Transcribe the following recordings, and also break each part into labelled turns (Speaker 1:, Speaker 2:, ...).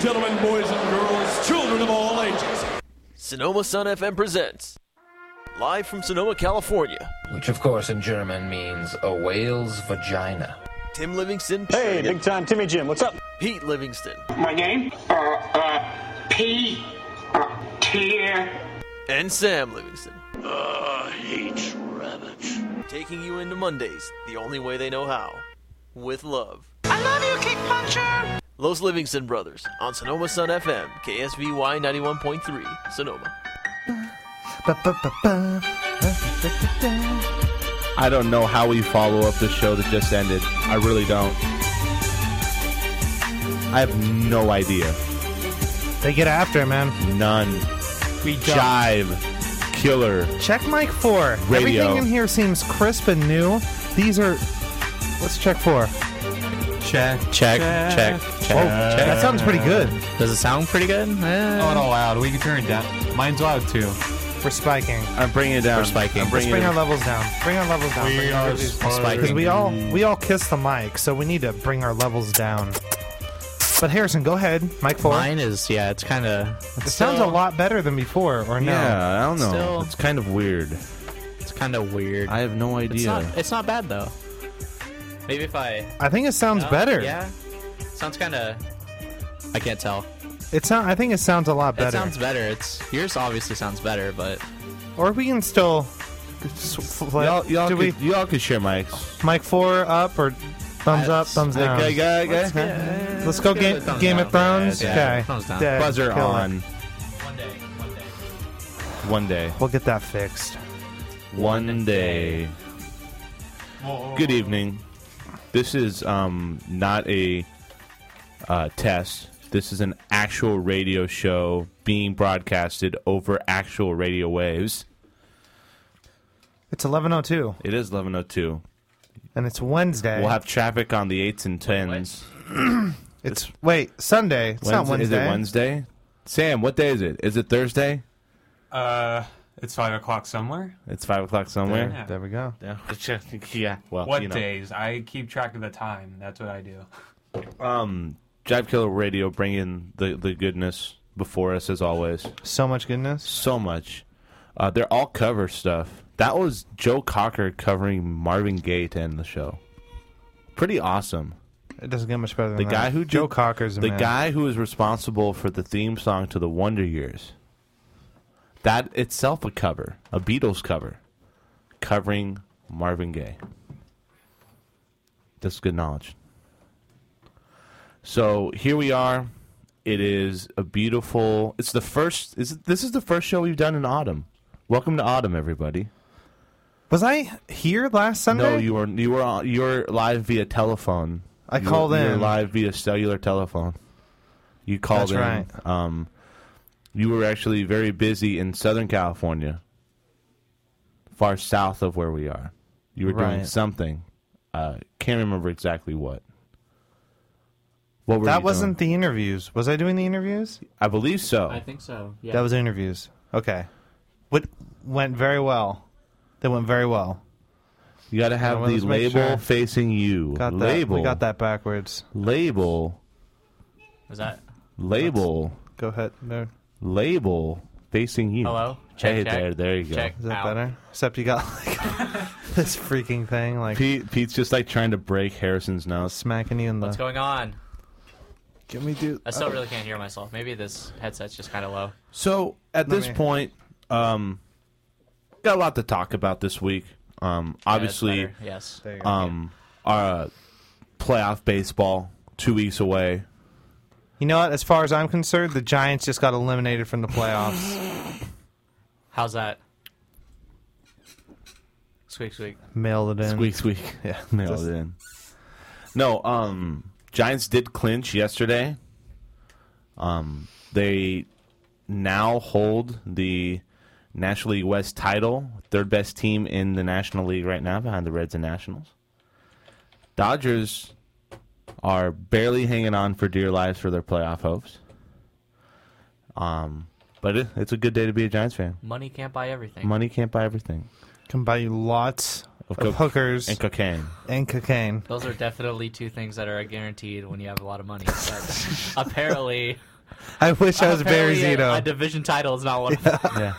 Speaker 1: gentlemen, boys and girls, children of all ages.
Speaker 2: Sonoma Sun FM presents live from Sonoma, California.
Speaker 3: Which, of course, in German means a whale's vagina.
Speaker 2: Tim Livingston.
Speaker 4: Hey, big time Timmy Jim. What's up?
Speaker 2: Pete Livingston.
Speaker 5: My name? Uh, uh, P. Uh, T.
Speaker 2: And Sam Livingston.
Speaker 6: I hate rabbits.
Speaker 2: Taking you into Mondays the only way they know how. With love.
Speaker 7: I love you, Kick Puncher!
Speaker 2: Los Livingston Brothers on Sonoma Sun FM, KSVY 91.3, Sonoma.
Speaker 8: I don't know how we follow up the show that just ended. I really don't. I have no idea.
Speaker 9: They get after it, man.
Speaker 8: None.
Speaker 9: We
Speaker 8: Jive. Killer.
Speaker 9: Check mic four.
Speaker 8: Radio.
Speaker 9: Everything in here seems crisp and new. These are. Let's check four.
Speaker 10: Check.
Speaker 11: Check, check, check.
Speaker 9: Oh, that sounds pretty good.
Speaker 11: Does it sound pretty good? Eh.
Speaker 10: Oh, Not all loud. We can turn it down. Mine's loud too.
Speaker 9: We're spiking.
Speaker 8: I'm bringing it down.
Speaker 11: We're spiking.
Speaker 8: I'm
Speaker 9: Let's
Speaker 8: bringing
Speaker 9: bring
Speaker 8: it
Speaker 9: our levels down. Bring our levels down.
Speaker 10: We are
Speaker 9: Because
Speaker 10: spiking.
Speaker 9: we all we all kiss the mic, so we need to bring our levels down. But Harrison, go ahead. Mic four.
Speaker 11: Mine is yeah. It's kind of.
Speaker 9: It sounds a lot better than before, or no?
Speaker 8: Yeah, I don't know.
Speaker 11: Still-
Speaker 8: It's kind of weird.
Speaker 11: It's kind of weird.
Speaker 8: I have no idea.
Speaker 11: it's not. It's not bad though. Maybe if I.
Speaker 9: I think it sounds
Speaker 11: Oh,
Speaker 9: better.
Speaker 11: Yeah. Sounds kind of. I can't tell.
Speaker 9: It sound, I think it sounds a lot better.
Speaker 11: It sounds better. It's yours. Obviously, sounds better, but
Speaker 9: or we can still. s- flip.
Speaker 8: y'all, y'all,
Speaker 9: Do
Speaker 8: could,
Speaker 9: we
Speaker 8: y'all could share mics.
Speaker 9: mic four up or thumbs up,
Speaker 11: That's-
Speaker 9: thumbs down?
Speaker 8: Okay, okay, okay.
Speaker 9: Oh. Let's go Game,
Speaker 11: thumbs
Speaker 9: game
Speaker 11: down.
Speaker 9: of Thrones.
Speaker 11: Yeah, yeah,
Speaker 9: okay.
Speaker 11: thumbs down.
Speaker 9: Dead.
Speaker 8: Buzzer
Speaker 9: Kill it.
Speaker 8: on. One day.
Speaker 9: We'll get that fixed.
Speaker 8: One day. Good evening. This is um, not a uh, test. This is an actual radio show being broadcasted over actual radio waves.
Speaker 9: It's 11:02
Speaker 8: It is 11:02.
Speaker 9: and it's Wednesday.
Speaker 8: We'll have traffic on the eights and tens.
Speaker 9: It's wait Sunday. It's not
Speaker 8: Wednesday-
Speaker 9: Wednesday.
Speaker 8: Is it Wednesday? Sam, what day is it? Is it Thursday?
Speaker 10: Uh, it's five o'clock somewhere.
Speaker 8: It's five o'clock somewhere.
Speaker 9: There we go.
Speaker 8: Yeah. yeah. Well,
Speaker 10: What
Speaker 8: you know.
Speaker 10: days? I keep track of the time. That's what I do.
Speaker 8: Um, Jive Killer Radio bringing the the goodness before us as always.
Speaker 9: So much goodness.
Speaker 8: so much. Uh, they're all cover stuff. That was Joe Cocker covering Marvin Gaye to end the show. Pretty awesome.
Speaker 9: It doesn't get much better than
Speaker 8: The
Speaker 9: that.
Speaker 8: guy who did-
Speaker 9: Joe Cocker's a
Speaker 8: the
Speaker 9: man.
Speaker 8: guy who is responsible for the theme song to the Wonder Years. That itself a cover, a Beatles cover, covering Marvin Gaye. That's good knowledge. So here we are. It is a beautiful. It's the first. Is this is the first show we've done in autumn. Welcome to autumn, everybody.
Speaker 9: was I here last Sunday?
Speaker 8: No, you were you were on- you were live via telephone.
Speaker 9: I
Speaker 8: You were-
Speaker 9: called
Speaker 8: You were
Speaker 9: in.
Speaker 8: live via cellular telephone. You called
Speaker 9: That's
Speaker 8: in.
Speaker 9: right.
Speaker 8: Um, you were actually very busy in Southern California, far south of where we are. You were doing
Speaker 9: Right.
Speaker 8: something. Uh, can't remember exactly what. What were
Speaker 9: that
Speaker 8: you
Speaker 9: wasn't the interviews. Was I doing the interviews?
Speaker 8: doing? I believe so.
Speaker 11: think so. Yeah.
Speaker 9: That was interviews. Okay. What went very well. That went very well.
Speaker 8: you got to have
Speaker 9: well,
Speaker 8: the
Speaker 9: let's make
Speaker 8: label
Speaker 9: sure.
Speaker 8: facing you.
Speaker 9: Got that.
Speaker 8: label.
Speaker 9: We got that backwards.
Speaker 8: Label.
Speaker 11: Was that?
Speaker 8: Label.
Speaker 9: Go ahead. No.
Speaker 8: label facing you.
Speaker 11: Hello? Check,
Speaker 8: Hey
Speaker 11: check.
Speaker 8: there, there you go.
Speaker 11: Check.
Speaker 9: Is that
Speaker 11: Ow.
Speaker 9: better? Except you got like this freaking thing like
Speaker 8: Pete, Pete's just like trying to break Harrison's nose.
Speaker 9: smacking you in the.
Speaker 11: What's going on?
Speaker 9: Can we do? uh,
Speaker 11: I still really can't hear myself. Maybe this headset's just kind of low.
Speaker 8: So at this
Speaker 9: me-
Speaker 8: point, um, got a lot to talk about this week. Um, obviously,
Speaker 11: Yeah, it's better. yes.
Speaker 9: There you go.
Speaker 8: um, our playoff baseball two weeks away.
Speaker 9: you know what? As far as I'm concerned, the Giants just got eliminated from the playoffs.
Speaker 11: How's that? Squeak, squeak.
Speaker 9: Mailed it in.
Speaker 8: Squeak, squeak. Yeah, nailed
Speaker 9: Just-
Speaker 8: it in. No, um, Giants did clinch yesterday. Um, they now hold the National League West title, third best team in the National League right now, behind the Reds and Nationals. Dodgers are barely hanging on for dear lives for their playoff hopes. Um, but it, it's a good day to be a Giants fan.
Speaker 11: Money can't buy everything.
Speaker 8: Money can't buy everything.
Speaker 9: Can buy you lots of,
Speaker 8: coke
Speaker 9: hookers
Speaker 8: and
Speaker 9: and,
Speaker 8: cocaine.
Speaker 9: cocaine.
Speaker 11: Those are definitely two things that are guaranteed when you have a lot of money. But apparently,
Speaker 9: I wish I was Barry
Speaker 11: Apparently, A, a
Speaker 9: Zito.
Speaker 11: division title is not one of them.
Speaker 8: yeah.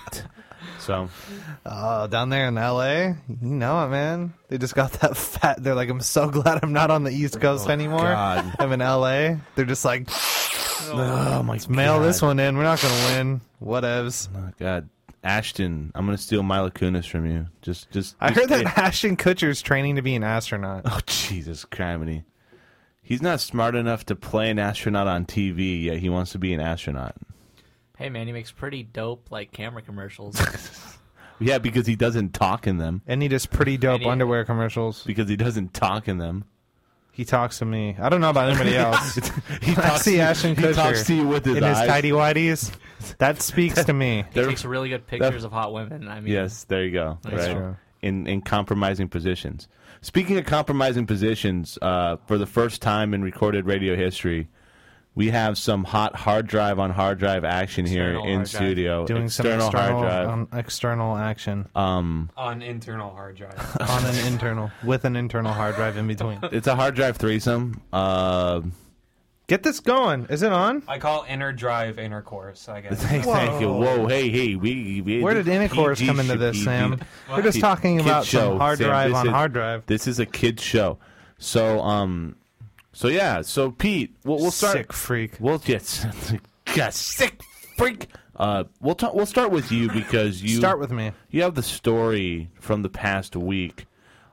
Speaker 8: So
Speaker 9: Oh, down there in L.A., you know it, man. They just got that fat. They're like, I'm so glad I'm not on the East Coast anymore.
Speaker 8: Oh, God.
Speaker 9: I'm in L.A. They're just like,
Speaker 8: Oh my
Speaker 9: mail
Speaker 8: God.
Speaker 9: this one in. We're not gonna win. Whatevs.
Speaker 8: Oh, God. Ashton, I'm gonna steal Mila Kunis from you. Just just
Speaker 9: I
Speaker 8: just
Speaker 9: heard that
Speaker 8: it-
Speaker 9: Ashton Kutcher's training to be an astronaut.
Speaker 8: Oh Jesus criminy. He's not smart enough to play an astronaut on TV, yet he wants to be an astronaut.
Speaker 11: hey man, he makes pretty dope like camera commercials.
Speaker 8: Yeah, because he doesn't talk in them.
Speaker 9: And he does pretty dope
Speaker 11: Any-
Speaker 9: underwear commercials.
Speaker 8: Because he doesn't talk in them.
Speaker 9: He talks to me. I don't know about anybody else.
Speaker 8: He
Speaker 9: I
Speaker 8: talks,
Speaker 9: see
Speaker 8: to,
Speaker 9: Ashton
Speaker 8: he
Speaker 9: Kutcher
Speaker 8: talks to you with his
Speaker 9: in his
Speaker 8: eyes.
Speaker 9: tidy whities. That speaks to me.
Speaker 11: he takes really good pictures of hot women. I mean,
Speaker 8: Yes, there you go. right.
Speaker 9: true.
Speaker 8: In in compromising positions. Speaking of compromising positions, uh, for the first time in recorded radio history, we have some hot hard drive on hard drive action
Speaker 11: External
Speaker 8: here in
Speaker 11: hard drive.
Speaker 8: studio.
Speaker 9: Doing
Speaker 8: external,
Speaker 9: some external
Speaker 8: hard drive. Um,
Speaker 9: um, external action
Speaker 10: On internal hard drive.
Speaker 9: on an internal with an internal hard drive in between.
Speaker 8: it's a hard drive threesome. Uh,
Speaker 9: Get this going. Is it on?
Speaker 10: I call inner drive inner course, I guess.
Speaker 8: thank, thank you. Whoa, hey, hey, we. we
Speaker 9: Where did intercourse
Speaker 8: PG
Speaker 9: come into
Speaker 8: should
Speaker 9: this,
Speaker 8: be-
Speaker 9: Sam?
Speaker 8: be-
Speaker 9: We're just
Speaker 8: Kid-
Speaker 9: talking
Speaker 8: kid
Speaker 9: about
Speaker 8: show,
Speaker 9: some hard
Speaker 8: Sam.
Speaker 9: drive
Speaker 8: This
Speaker 9: on
Speaker 8: is-
Speaker 9: hard drive.
Speaker 8: This is a kid show. So um, so yeah. So Pete, we'll, we'll start.
Speaker 9: Sick freak.
Speaker 8: We'll yes, God, sick freak. Uh, we'll talk. We'll start with you because you
Speaker 9: Start with me.
Speaker 8: You have the story from the past week,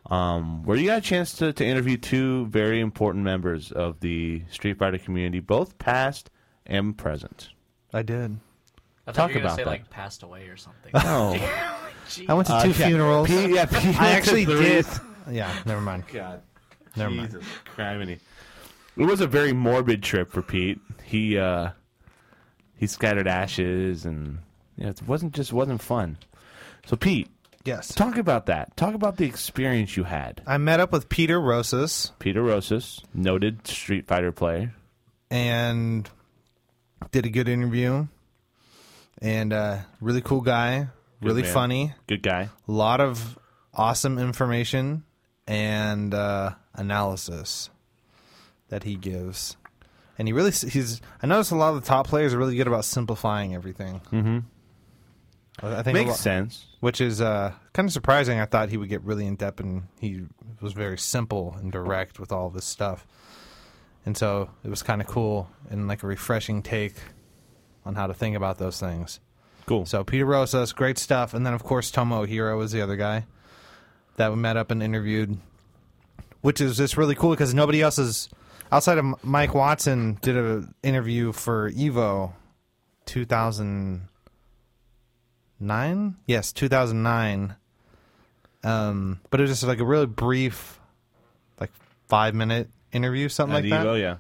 Speaker 8: um, where you got a chance to, to interview two very important members of the Street Fighter community, both past and present.
Speaker 9: I did.
Speaker 11: I thought
Speaker 8: Talk
Speaker 11: you were gonna
Speaker 8: about
Speaker 11: say
Speaker 8: that.
Speaker 11: like passed away or something.
Speaker 8: Oh,
Speaker 9: I went to two funerals.
Speaker 8: Uh, yeah, Pete-
Speaker 9: I actually
Speaker 8: Three.
Speaker 9: did. Yeah, never mind.
Speaker 8: God,
Speaker 9: Never mind.
Speaker 8: Jesus, criminy. It was a very morbid trip for Pete. He uh, he scattered ashes, and yeah, it wasn't just wasn't fun. So Pete,
Speaker 9: Yes.
Speaker 8: talk about that. Talk about the experience you had.
Speaker 9: I met up with Peter Rosas,
Speaker 8: Peter Rosas, noted Street Fighter player.
Speaker 9: and did a good interview and uh really cool guy really
Speaker 8: man.
Speaker 9: funny
Speaker 8: Good guy.
Speaker 9: a lot of awesome information and uh analysis that he gives and he really s- he's i noticed a lot of the top players are really good about simplifying everything mm-hmm i I think a
Speaker 8: Makes
Speaker 9: lot-
Speaker 8: sense.
Speaker 9: which is uh kind of surprising i thought he would get really in depth and he was very simple and direct with all of his stuff and so it was kind of cool and like a refreshing take on how to think about those things
Speaker 8: Cool.
Speaker 9: so Peter Rosas, great stuff, and then of course Tomo Hiro was the other guy that we met up and interviewed, which is just really cool because nobody else is outside of M- Mike Watson did an interview for Evo 2009. Yes, 2009. Um, but it was just like a really brief, like five minute interview, something like that
Speaker 8: Evo, yeah.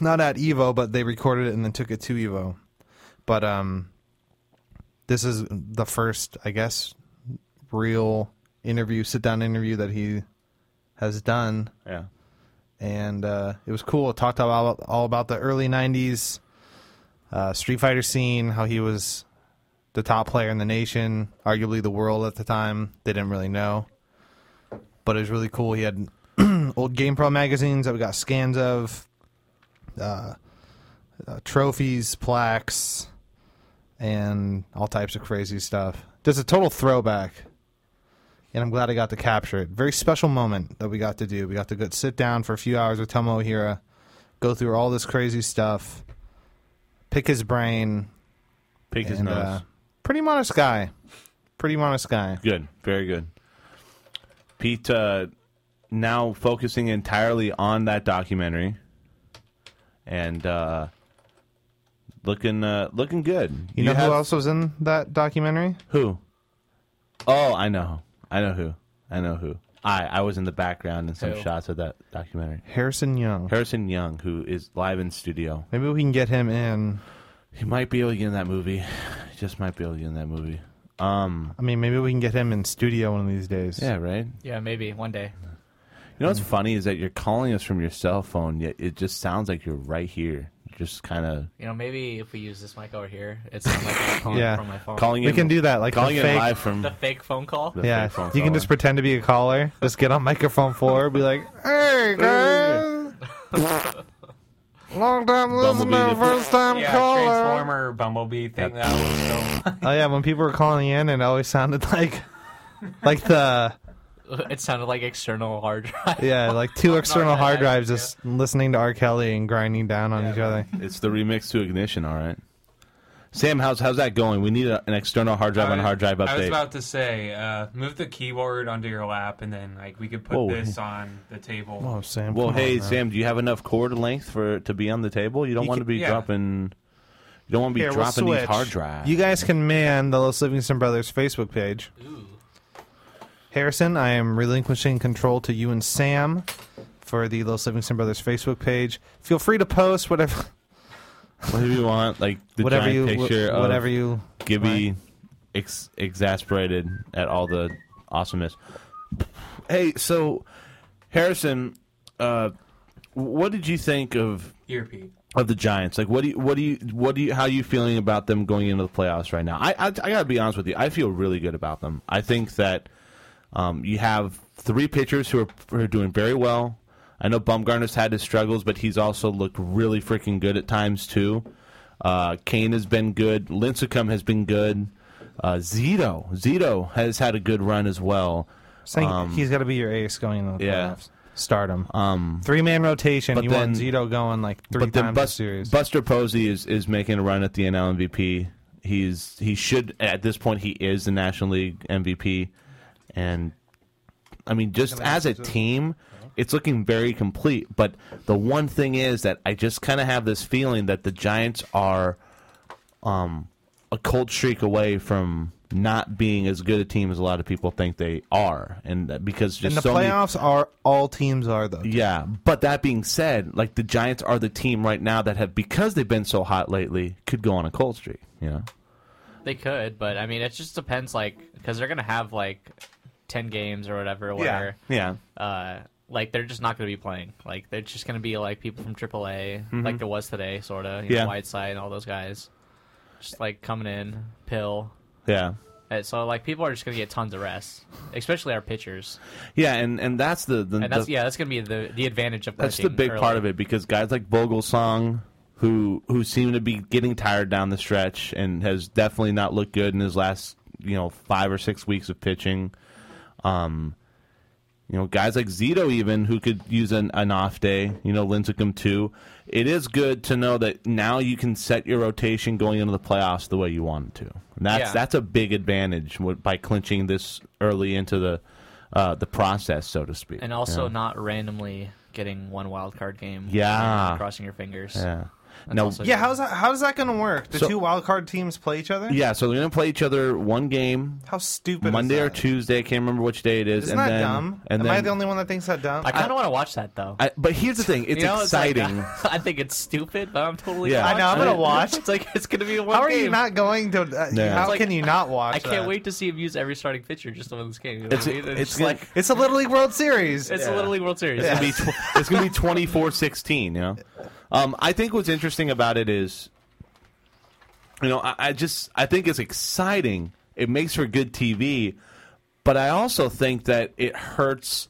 Speaker 9: not at Evo, but they recorded it and then took it to Evo. But um, this is the first, I guess, real interview, sit down interview that he has done,
Speaker 8: Yeah.
Speaker 9: and uh, it was cool. It talked about all about the early '90s uh, Street Fighter scene, how he was the top player in the nation, arguably the world at the time. They didn't really know, but it was really cool. He had old GamePro magazines that we got scans of uh, trophies, plaques, and all types of crazy stuff. Just a total throwback. And I'm glad I got to capture it. Very special moment that we got to do. We got to go sit down for a few hours with Tomo Ohira, go through all this crazy stuff, pick his brain,
Speaker 8: Pick his
Speaker 9: and
Speaker 8: nose.
Speaker 9: uh, pretty modest guy. Pretty modest guy.
Speaker 8: Good, very good. Pete, uh, now focusing entirely on that documentary, and uh, looking uh, looking good.
Speaker 9: You, know
Speaker 8: have-
Speaker 9: who else was in that documentary?
Speaker 8: Who? Oh, I know. I know who. I know who. I I was in the background in some
Speaker 11: Who?
Speaker 8: shots of that documentary.
Speaker 9: Harrison Young.
Speaker 8: Harrison Young, who is live in studio,
Speaker 9: Maybe we can get him in.
Speaker 8: he might be able to get in that movie. He just might be able to get in that movie. Um.
Speaker 9: I mean, maybe we can get him in studio one of these days.
Speaker 8: Yeah. Right.
Speaker 11: yeah, maybe one day.
Speaker 8: You know what's
Speaker 9: Mm.
Speaker 8: funny is that you're calling us from your cell phone, yet it just sounds like you're right here. You're just kind of
Speaker 11: You know, maybe if we use this mic over here, it's not like I'm calling
Speaker 9: Yeah.
Speaker 11: from my phone.
Speaker 8: calling
Speaker 9: We
Speaker 8: in.
Speaker 9: can do that, like the
Speaker 8: calling in
Speaker 9: fake-
Speaker 8: live from.
Speaker 11: the fake phone call.
Speaker 8: the
Speaker 9: Yeah,
Speaker 8: fake phone
Speaker 9: you can
Speaker 8: caller.
Speaker 9: just pretend to be a caller. Just get on microphone four, be like, "Hey, guys." Long time
Speaker 8: Bumblebee
Speaker 9: listener,
Speaker 8: did-
Speaker 9: first time
Speaker 10: Yeah,
Speaker 9: caller.
Speaker 10: Transformer Bumblebee thing. That was so.
Speaker 9: Oh yeah, when people were calling in, it always sounded like, like the
Speaker 11: It sounded like external hard drive.
Speaker 9: yeah, like two external
Speaker 11: gonna
Speaker 9: hard
Speaker 11: ask
Speaker 9: drives
Speaker 11: you.
Speaker 9: just listening to R. Kelly and grinding down on each other.
Speaker 8: It's the remix to Ignition, all right. Sam, how's how's that going? We need a, an external hard drive on hard drive
Speaker 10: I was
Speaker 8: update.
Speaker 10: about to say, uh, move the keyboard onto your lap, and then like we could put
Speaker 8: Whoa.
Speaker 10: this on the table.
Speaker 9: Oh Sam.
Speaker 8: well,
Speaker 9: come on,
Speaker 8: hey
Speaker 9: man.
Speaker 8: Sam, do you have enough cord length for to be on the table? You don't
Speaker 10: You
Speaker 8: want
Speaker 10: can-
Speaker 8: to be
Speaker 10: yeah.
Speaker 8: dropping. You don't want to be
Speaker 9: Here, we'll
Speaker 8: dropping these
Speaker 9: switch.
Speaker 8: hard drives.
Speaker 9: You guys can man the Los Livingston Brothers Facebook page. Harrison, I am relinquishing control to you and Sam for the Los Livingston Brothers Facebook page. Feel free to post whatever,
Speaker 8: whatever you want, like the
Speaker 9: whatever you,
Speaker 8: giant picture
Speaker 9: wh- whatever
Speaker 8: of
Speaker 9: you.
Speaker 8: Gibby ex- exasperated at all the awesomeness. Hey, so Harrison, uh, what did you think of
Speaker 10: Here, Pete.
Speaker 8: of the Giants? Like, what do you, what do you, what do you, how are you feeling about them going into the playoffs right now? I, I, I gotta be honest with you. I feel really good about them. I think that um, you have three pitchers who are, who are doing very well. I know Bumgarner's had his struggles, but he's also looked really freaking good at times too. Uh, Kane has been good. Lincecum has been good. Uh, Zito, Zito has had a good run as well.
Speaker 9: Saying he's got to be your ace going into the
Speaker 8: Um, yeah. Um,
Speaker 9: playoffs. Start him. three man rotation.
Speaker 8: but
Speaker 9: You want
Speaker 8: then-
Speaker 9: Zito going like three
Speaker 8: but then
Speaker 9: times
Speaker 8: Bus-
Speaker 9: a series.
Speaker 8: Buster Posey is, is making a run at the NL MVP. He's he should at this point he is the National League MVP, and I mean just as a team,
Speaker 9: Uh-huh.
Speaker 8: it's looking very complete. But the one thing is that I just kind of have this feeling that the Giants are um, a cold streak away from not being as good a team as a lot of people think they are, and that- because just
Speaker 9: and the
Speaker 8: so many-
Speaker 9: playoffs are all teams are though.
Speaker 8: yeah, but that being said, like the Giants are the team right now that have because they've been so hot lately could go on a cold streak. You know,
Speaker 11: They could, but I mean, it just depends, like, because they're gonna have like ten games or whatever. Where,
Speaker 8: yeah,
Speaker 11: Uh, like they're just not gonna be playing. Like they're just gonna be like people from AAA, like there was today, sort of.
Speaker 8: Mm-hmm. Yeah.
Speaker 11: Yeah. Whiteside and all those guys, just like coming in, pill.
Speaker 8: yeah,
Speaker 11: And so like people are just gonna get tons of rest, especially our pitchers.
Speaker 8: yeah, and and that's the, the
Speaker 11: And that's
Speaker 8: the-
Speaker 11: yeah, that's gonna be the the advantage of
Speaker 8: that's the big part of it because guys like Vogelsong, who who seem to be getting tired down the stretch and has definitely not looked good in his last you know five or six weeks of pitching. Um, you know, guys like Zito even who could use an, an off day. You know, Lincecum too. It is good to know that now you can set your rotation going into the playoffs the way you want to. And that's
Speaker 11: Yeah.
Speaker 8: that's a big advantage with- by clinching this early into the uh, the process, so to speak.
Speaker 11: and also
Speaker 8: Yeah.
Speaker 11: not randomly getting one wild card game.
Speaker 8: Yeah.
Speaker 11: and crossing your fingers.
Speaker 8: Yeah. Now,
Speaker 11: also-
Speaker 9: Yeah, how's that? How's that going to work? The
Speaker 8: So-
Speaker 9: two wild card teams play each other.
Speaker 8: yeah, so they're gonna play each other one game
Speaker 9: How stupid! is
Speaker 8: Monday or
Speaker 9: that?
Speaker 8: Tuesday. I can't remember which day it is.
Speaker 9: Isn't
Speaker 8: and
Speaker 9: that
Speaker 8: then,
Speaker 9: dumb?
Speaker 8: And
Speaker 9: Am
Speaker 8: then,
Speaker 9: I the only one that thinks that dumb?
Speaker 11: I kind of want to watch that though.
Speaker 8: I- but here's the thing: it's
Speaker 11: You know, like,
Speaker 8: exciting.
Speaker 11: I think it's stupid, but I'm totally.
Speaker 8: Yeah.
Speaker 11: Yeah,
Speaker 8: I know, I'm
Speaker 9: gonna watch.
Speaker 11: It's like it's gonna be a one
Speaker 9: how are
Speaker 11: game.
Speaker 9: you not going to? Uh,
Speaker 8: Yeah.
Speaker 9: How
Speaker 8: It's
Speaker 11: like-
Speaker 9: can you not watch?
Speaker 11: I can't
Speaker 9: that?
Speaker 11: wait to see him use every starting pitcher just to win this game. You know
Speaker 8: It's-
Speaker 11: what I mean?
Speaker 8: it's
Speaker 11: just
Speaker 8: gonna-
Speaker 11: like
Speaker 9: It's a Little League World Series.
Speaker 11: it's a Little League World Series.
Speaker 8: It's gonna be tw- it's gonna be 24-16, You know, um, I think what's interesting about it is, you know, I, I just I think it's exciting. It makes for good TV, but I also think that it hurts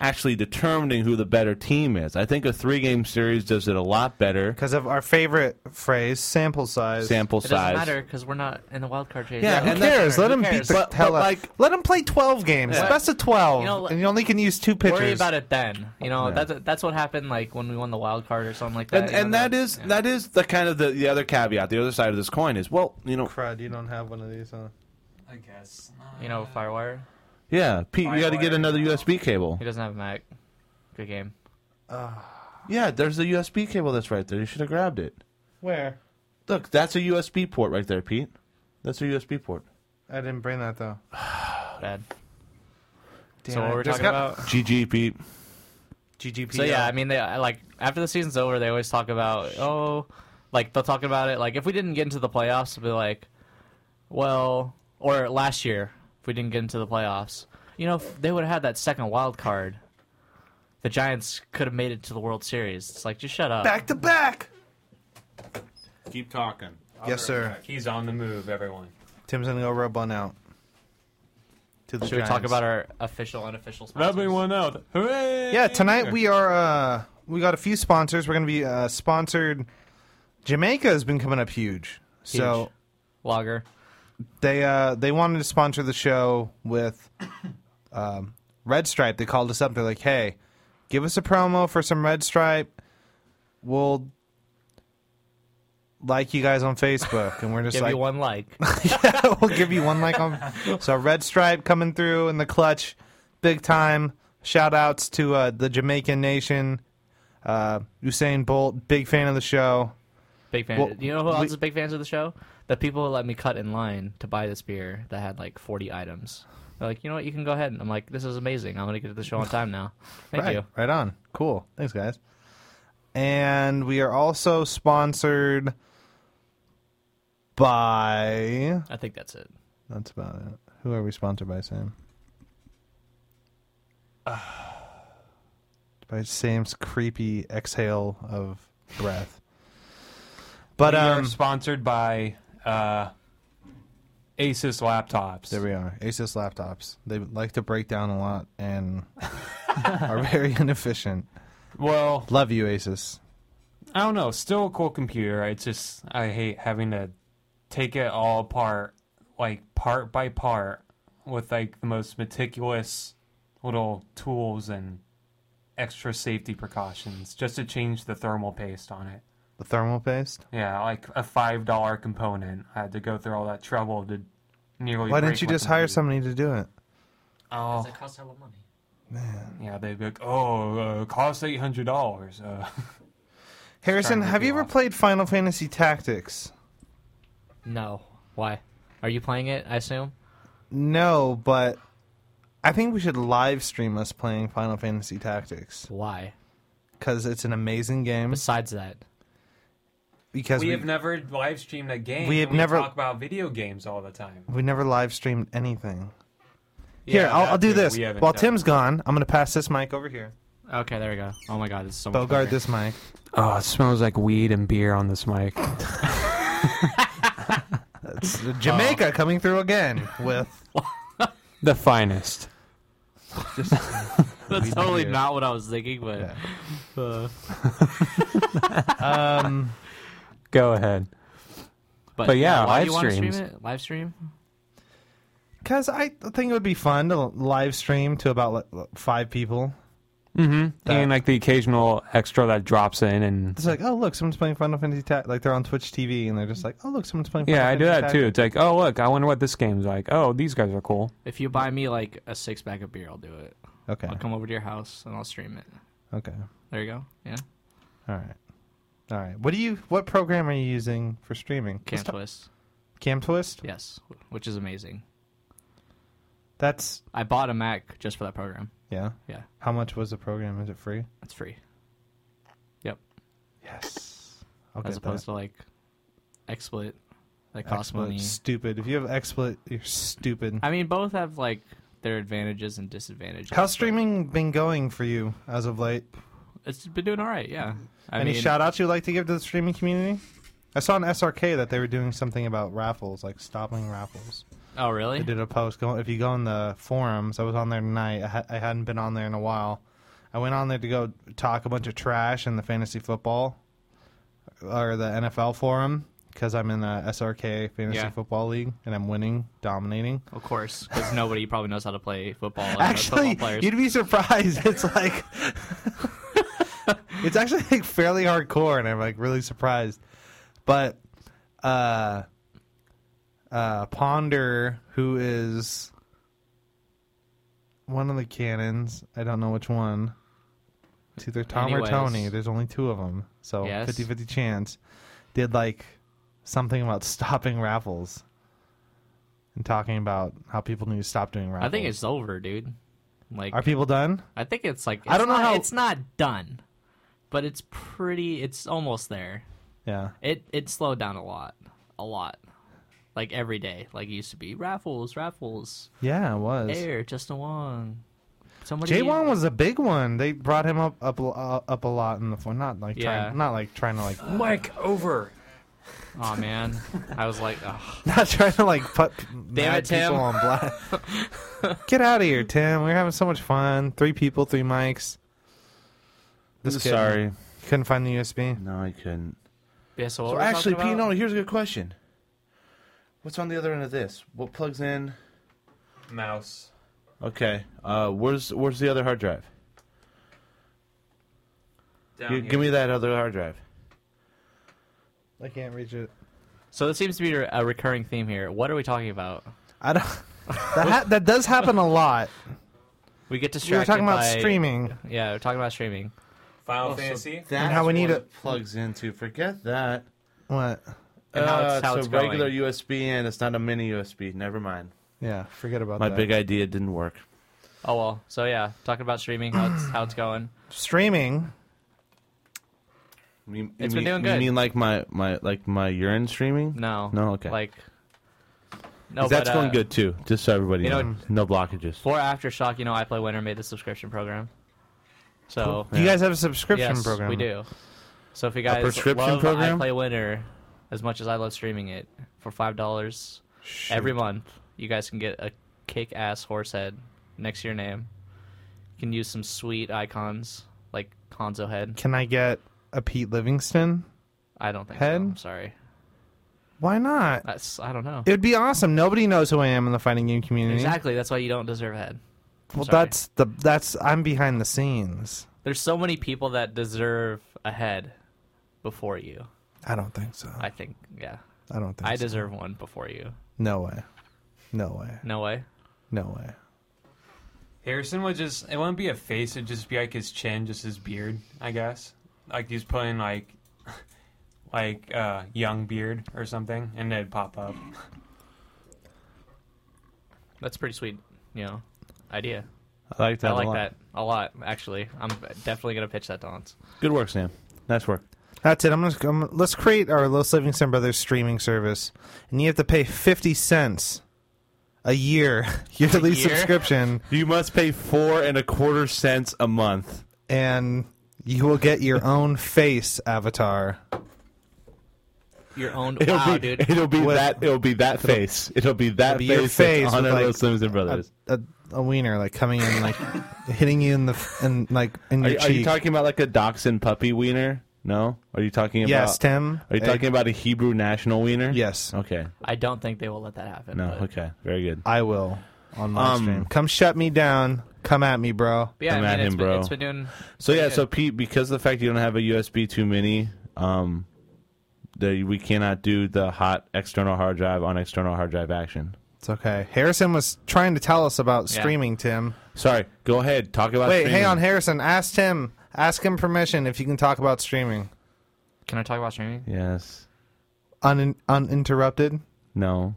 Speaker 8: actually determining who the better team is. I think a three-game series does it a lot better.
Speaker 9: because of our favorite phrase, sample size.
Speaker 8: Sample
Speaker 11: It
Speaker 8: size.
Speaker 11: doesn't matter because we're not in the wild card chase.
Speaker 8: Yeah,
Speaker 9: Who
Speaker 8: and
Speaker 9: cares?
Speaker 8: that's-
Speaker 9: Let
Speaker 11: who
Speaker 9: him beat
Speaker 11: cares?
Speaker 9: the
Speaker 8: But-
Speaker 9: hell
Speaker 8: but,
Speaker 9: out-
Speaker 8: like-
Speaker 9: Let him play twelve games,
Speaker 8: Yeah.
Speaker 9: best of twelve,
Speaker 11: You know,
Speaker 9: and you only can use two pitchers.
Speaker 11: Worry about it then. You know
Speaker 8: Yeah.
Speaker 11: that's that's what happened like when we won the wild card or something like that.
Speaker 8: and
Speaker 11: you know,
Speaker 8: and that is
Speaker 11: yeah.
Speaker 8: that is the kind of the, the other caveat, the other side of this coin is well, you know,
Speaker 9: Crud, you don't have one of these, huh?
Speaker 10: I guess.
Speaker 11: you know Firewire.
Speaker 8: yeah, Pete, you got to get another USB cable.
Speaker 11: He doesn't have a Mac. Good game.
Speaker 8: Yeah, there's a USB cable that's right there. You should have grabbed it.
Speaker 9: Where?
Speaker 8: Look, that's a USB port right there, Pete. That's a USB port.
Speaker 9: I didn't bring that though.
Speaker 11: Bad.
Speaker 9: Damn
Speaker 11: so
Speaker 9: it.
Speaker 11: what we're
Speaker 9: There's
Speaker 11: talking
Speaker 9: got-
Speaker 11: about?
Speaker 8: GG, Pete.
Speaker 9: GGP.
Speaker 11: So yeah, I mean, they I, like after the season's over, they always talk about oh, like they'll talk about it like if we didn't get into the playoffs, it'll be like, well, or last year if we didn't get into the playoffs, you know, if they would have had that second wild card. The Giants could have made it to the World Series. It's like just shut up.
Speaker 9: back to back.
Speaker 8: Keep talking.
Speaker 9: Yes, sir.
Speaker 10: He's on the move, everyone.
Speaker 9: Tim's gonna go rub one out. To the
Speaker 11: Should we talk
Speaker 9: Giants.
Speaker 11: about our official unofficial sponsors?
Speaker 10: out. Hooray!
Speaker 9: Yeah, tonight we are uh we got a few sponsors. We're going to be uh, sponsored. Jamaica has been coming up huge. So
Speaker 11: Huge. Lager.
Speaker 9: they uh, they wanted to sponsor the show with um, Red Stripe. They called us up. They're like, "Hey, give us a promo for some Red Stripe. We'll like you guys on Facebook." And we're just
Speaker 11: Give
Speaker 9: like,
Speaker 11: you one like.
Speaker 9: we'll give you one like on. So Red Stripe coming through in the clutch, big time. Shout outs to uh, the Jamaican Nation. Uh, Usain Bolt, big fan of the show.
Speaker 11: Big fan.
Speaker 9: Well,
Speaker 11: you know who
Speaker 9: we-
Speaker 11: else is big fans of the show? The people who let me cut in line to buy this beer that had like 40 items. They're like, you know what? You can go ahead. And I'm like, this is amazing. I'm going to get to the show on time now. Thank
Speaker 9: right,
Speaker 11: you.
Speaker 9: right on. Cool. Thanks, guys. And we are also sponsored by.
Speaker 11: I think that's it.
Speaker 9: That's about it. Who are we sponsored by, Sam? by Sam's creepy exhale of breath. But
Speaker 10: we
Speaker 9: um,
Speaker 10: are sponsored by uh, Asus laptops.
Speaker 9: There we are. Asus laptops. They like to break down a lot and are very inefficient.
Speaker 10: well,
Speaker 9: Love you, Asus.
Speaker 10: I don't know. Still a cool computer. It's just I hate having to take it all apart, like part by part, with like the most meticulous little tools and extra safety precautions just to change the thermal paste on it.
Speaker 9: The thermal paste.
Speaker 10: Yeah, like a five dollar component. I had to go through all that trouble to nearly.
Speaker 9: Why didn't
Speaker 10: break
Speaker 9: you
Speaker 10: my
Speaker 9: just hire
Speaker 10: computer.
Speaker 9: somebody to do it?
Speaker 10: Oh,
Speaker 11: costs a lot of money.
Speaker 10: yeah, they'd be like, "Oh, uh, cost eight hundred dollars." Uh,
Speaker 9: Harrison,
Speaker 10: Starting to
Speaker 9: have you
Speaker 10: go
Speaker 9: ever
Speaker 10: off.
Speaker 9: played Final Fantasy Tactics?
Speaker 11: No. Why? Are you playing it, I assume?
Speaker 9: No, but I think we should live stream us playing Final Fantasy Tactics
Speaker 11: Why?
Speaker 9: because it's an amazing game.
Speaker 11: Besides that.
Speaker 9: Because
Speaker 10: we
Speaker 9: we,
Speaker 10: have never live streamed a game.
Speaker 9: We have
Speaker 10: and
Speaker 9: never-
Speaker 10: talk about video games all the time.
Speaker 9: we never live streamed anything. Here,
Speaker 10: Yeah,
Speaker 9: I'll,
Speaker 10: that
Speaker 9: I'll do
Speaker 10: too,
Speaker 9: this.
Speaker 10: we haven't
Speaker 9: While
Speaker 10: done.
Speaker 9: Tim's gone, I'm going to pass this mic over here.
Speaker 11: Okay, there we go. Oh my god, this is so much
Speaker 9: Bogart
Speaker 11: better.
Speaker 9: this mic.
Speaker 10: Oh, it smells like weed and beer on this mic.
Speaker 9: Jamaica coming through again with
Speaker 10: the finest.
Speaker 11: That's totally not what I was thinking, but uh,
Speaker 9: um.
Speaker 10: Go ahead.
Speaker 11: but,
Speaker 10: But yeah,
Speaker 11: why
Speaker 10: live
Speaker 11: do you wanna
Speaker 10: streams.
Speaker 11: stream it? Live stream?
Speaker 9: Because I think it would be fun to live stream to about like, like, five people.
Speaker 10: Mm-hmm. and like the occasional extra that drops in, and
Speaker 9: It's like, oh look, someone's playing Final Fantasy Ta-. like they're on Twitch TV and they're just like, oh look, someone's playing.
Speaker 10: yeah,
Speaker 9: Final
Speaker 10: I do that
Speaker 9: Fantasy Tactics."
Speaker 10: too. It's like, oh look, I wonder what this game's like. Oh, these guys are cool.
Speaker 11: If you buy me like a six pack of beer, I'll do it.
Speaker 9: Okay,
Speaker 11: I'll come over to your house and I'll stream it.
Speaker 9: okay,
Speaker 11: There you go. Yeah.
Speaker 9: all right, all right. What do you? What program are you using for streaming?
Speaker 11: Cam
Speaker 9: Let's talk-
Speaker 11: twist.
Speaker 9: Camtwist.
Speaker 11: Yes, which is amazing.
Speaker 9: That's
Speaker 11: I bought a Mac just for that program.
Speaker 9: yeah.
Speaker 11: Yeah,
Speaker 9: How much was the program? Is it free?
Speaker 11: it's free. Yep.
Speaker 9: Yes. I'll
Speaker 11: As
Speaker 9: get
Speaker 11: opposed
Speaker 9: that.
Speaker 11: to like XSplit that costs
Speaker 9: XSplit,
Speaker 11: money.
Speaker 9: Stupid. If you have XSplit, you're stupid.
Speaker 11: I mean, both have like their advantages and disadvantages.
Speaker 9: How's
Speaker 11: but
Speaker 9: streaming been going for you as of late?
Speaker 11: It's been doing all right. Yeah. I
Speaker 9: Any
Speaker 11: mean,
Speaker 9: shout outs you'd like to give to the streaming community? I saw on SRK that they were doing something about raffles, like stopping raffles.
Speaker 11: Oh, really?
Speaker 9: They did a post. Go, if you go in the forums, I was on there tonight. I, ha- I hadn't been on there in a while. I went on there to go talk a bunch of trash in the fantasy football or the NFL forum because I'm in the SRK fantasy
Speaker 11: Yeah.
Speaker 9: football league and I'm winning, dominating.
Speaker 11: Of course, because nobody probably knows how to play football. and most
Speaker 9: Actually,
Speaker 11: football players.
Speaker 9: you'd be surprised. It's like it's actually like fairly hardcore, and I'm like really surprised. But uh, uh, Ponder, who is one of the cannons, I don't know which one. It's either Tom
Speaker 11: Anyways.
Speaker 9: or Tony. There's only two of them, so
Speaker 11: Yes.
Speaker 9: 50-50 chance. Did like something about stopping raffles. And talking about how people need to stop doing raffles.
Speaker 11: I think it's over, dude. Like,
Speaker 9: Are people done?
Speaker 11: I think it's like
Speaker 9: I
Speaker 11: it's
Speaker 9: don't know
Speaker 11: not-
Speaker 9: how-
Speaker 11: it's not done, but it's pretty. It's almost there.
Speaker 9: Yeah.
Speaker 11: It it slowed down a lot, a lot. Like every day, like it used to be raffles, raffles,
Speaker 9: Yeah, it was.
Speaker 11: air, Justin Wong. Somebody.
Speaker 9: Jay Wan was a big one. They brought him up up uh, up a lot in the form. Not like
Speaker 11: Yeah.
Speaker 9: trying, not like trying to like
Speaker 10: Mic over.
Speaker 11: Oh man, I was like, ugh.
Speaker 9: not trying to like put mad
Speaker 11: it, Tim.
Speaker 9: people on blast. Get out of here, Tim. We are having so much fun. Three people, three mics. This kid
Speaker 8: Sorry,
Speaker 9: couldn't find the USB.
Speaker 8: no, I couldn't.
Speaker 11: Yeah, so what
Speaker 8: So
Speaker 11: we're
Speaker 8: actually, P,
Speaker 11: talking about?
Speaker 8: no, here's a good question. What's on the other end of this? What plugs in?
Speaker 10: Mouse.
Speaker 8: Okay, uh, where's where's the other hard drive?
Speaker 10: Down
Speaker 8: You,
Speaker 10: here.
Speaker 8: give me that other hard drive.
Speaker 9: I can't reach it.
Speaker 11: So this seems to be a recurring theme here. What are we talking about?
Speaker 9: I don't. That ha- that does happen a lot.
Speaker 11: We get distracted.
Speaker 9: We were talking about
Speaker 11: by-
Speaker 9: streaming.
Speaker 11: Yeah, we're talking about streaming.
Speaker 8: Oh,
Speaker 10: Final Fantasy.
Speaker 8: That's
Speaker 9: how we need
Speaker 8: what
Speaker 9: it-
Speaker 8: plugs into. Forget that.
Speaker 9: What?
Speaker 11: And how it's- how
Speaker 8: Uh, so
Speaker 11: it's going.
Speaker 8: regular USB and it's not a mini USB. Never mind.
Speaker 9: Yeah, forget about
Speaker 8: My
Speaker 9: that.
Speaker 8: big idea didn't work.
Speaker 11: Oh well. So yeah, talking about streaming, how it's, how it's going.
Speaker 9: streaming.
Speaker 8: You, you
Speaker 11: It's
Speaker 8: mean,
Speaker 11: been doing
Speaker 8: you
Speaker 11: good.
Speaker 8: mean like my, my like my urine streaming?
Speaker 11: No.
Speaker 8: No, okay.
Speaker 11: Like. No, but,
Speaker 8: That's going
Speaker 11: uh,
Speaker 8: good too. Just so everybody
Speaker 11: you know-
Speaker 8: knows, no blockages.
Speaker 11: For aftershock, you know, I play winner made the subscription program. So
Speaker 9: Do you guys have a subscription
Speaker 11: yes,
Speaker 9: program?
Speaker 11: we do. So if you guys
Speaker 8: prescription
Speaker 11: love
Speaker 8: program?
Speaker 11: I play winner as much as I love streaming it for five dollars every month, you guys can get a kick ass horse head next to your name. You can use some sweet icons like Hanzo head.
Speaker 9: Can I get a Pete Livingston?
Speaker 11: I don't think so.
Speaker 9: Head?
Speaker 11: I'm sorry.
Speaker 9: Why not?
Speaker 11: That's I don't know.
Speaker 9: It would be awesome. Nobody knows who I am in the fighting game community.
Speaker 11: Exactly. That's why you don't deserve a head.
Speaker 9: Well,
Speaker 11: Sorry.
Speaker 9: that's the that's I'm behind the scenes.
Speaker 11: There's so many people that deserve a head before you.
Speaker 9: I don't think so.
Speaker 11: I think, yeah.
Speaker 9: I don't think.
Speaker 11: I
Speaker 9: so.
Speaker 11: deserve one before you.
Speaker 9: No way. No way.
Speaker 11: No way.
Speaker 9: No way.
Speaker 10: Harrison would just, it wouldn't be a face, it'd just be like his chin, just his beard, I guess. Like he's putting like, like, uh, young beard or something, and it'd pop up.
Speaker 11: That's pretty sweet, you know, idea.
Speaker 8: I like that.
Speaker 11: I
Speaker 8: a
Speaker 11: like
Speaker 8: lot.
Speaker 11: that a lot, actually. I'm definitely going to pitch that to Hans.
Speaker 8: Good work, Sam. Nice work.
Speaker 9: That's it. I'm gonna I'm, let's create our Los Livingston Brothers streaming service, and you have to pay fifty cents a year yearly
Speaker 11: year?
Speaker 9: subscription,
Speaker 8: You must pay four and a quarter cents a month.
Speaker 9: and you will get your own face avatar.
Speaker 11: Your own.
Speaker 8: It'll
Speaker 11: wow,
Speaker 8: be,
Speaker 11: dude.
Speaker 8: It'll be
Speaker 9: With-
Speaker 8: that. It'll be that face. It'll be that
Speaker 9: be your
Speaker 8: face, that's
Speaker 9: face
Speaker 8: on
Speaker 9: with,
Speaker 8: a
Speaker 9: like,
Speaker 8: Los Simpson Brothers.
Speaker 9: A, a wiener like coming in like hitting you in the f- in like in
Speaker 8: Are,
Speaker 9: your
Speaker 8: you- are you
Speaker 9: cheek.
Speaker 8: talking about like a dachshund puppy wiener? No. Are you talking about?
Speaker 9: yes, Tim.
Speaker 8: Are you
Speaker 9: Eh,
Speaker 8: talking about a Hebrew national wiener?
Speaker 9: Yes,
Speaker 8: Okay.
Speaker 11: I don't think they will let that happen.
Speaker 8: No.
Speaker 11: but-
Speaker 8: Okay. Very good.
Speaker 9: I will on my
Speaker 8: Um,
Speaker 9: stream. Come shut me down. Come at me, bro.
Speaker 11: But yeah,
Speaker 8: I'm
Speaker 11: I mean,
Speaker 8: at
Speaker 11: it's
Speaker 8: him,
Speaker 11: been,
Speaker 8: bro.
Speaker 11: it's been doing.
Speaker 8: So yeah.
Speaker 11: good.
Speaker 8: So Pete, because of the fact you don't have a USB two mini, um, the, we cannot do the hot external hard drive on external hard drive action.
Speaker 9: It's okay. Harrison was trying to tell us about
Speaker 11: Yeah.
Speaker 9: streaming, Tim.
Speaker 8: Sorry. Go ahead. Talk about.
Speaker 9: Wait,
Speaker 8: streaming.
Speaker 9: hang on, Harrison. Ask Tim. Ask him permission if you can talk about streaming
Speaker 11: Can I talk about streaming?
Speaker 8: Yes.
Speaker 9: Un- uninterrupted.
Speaker 8: No.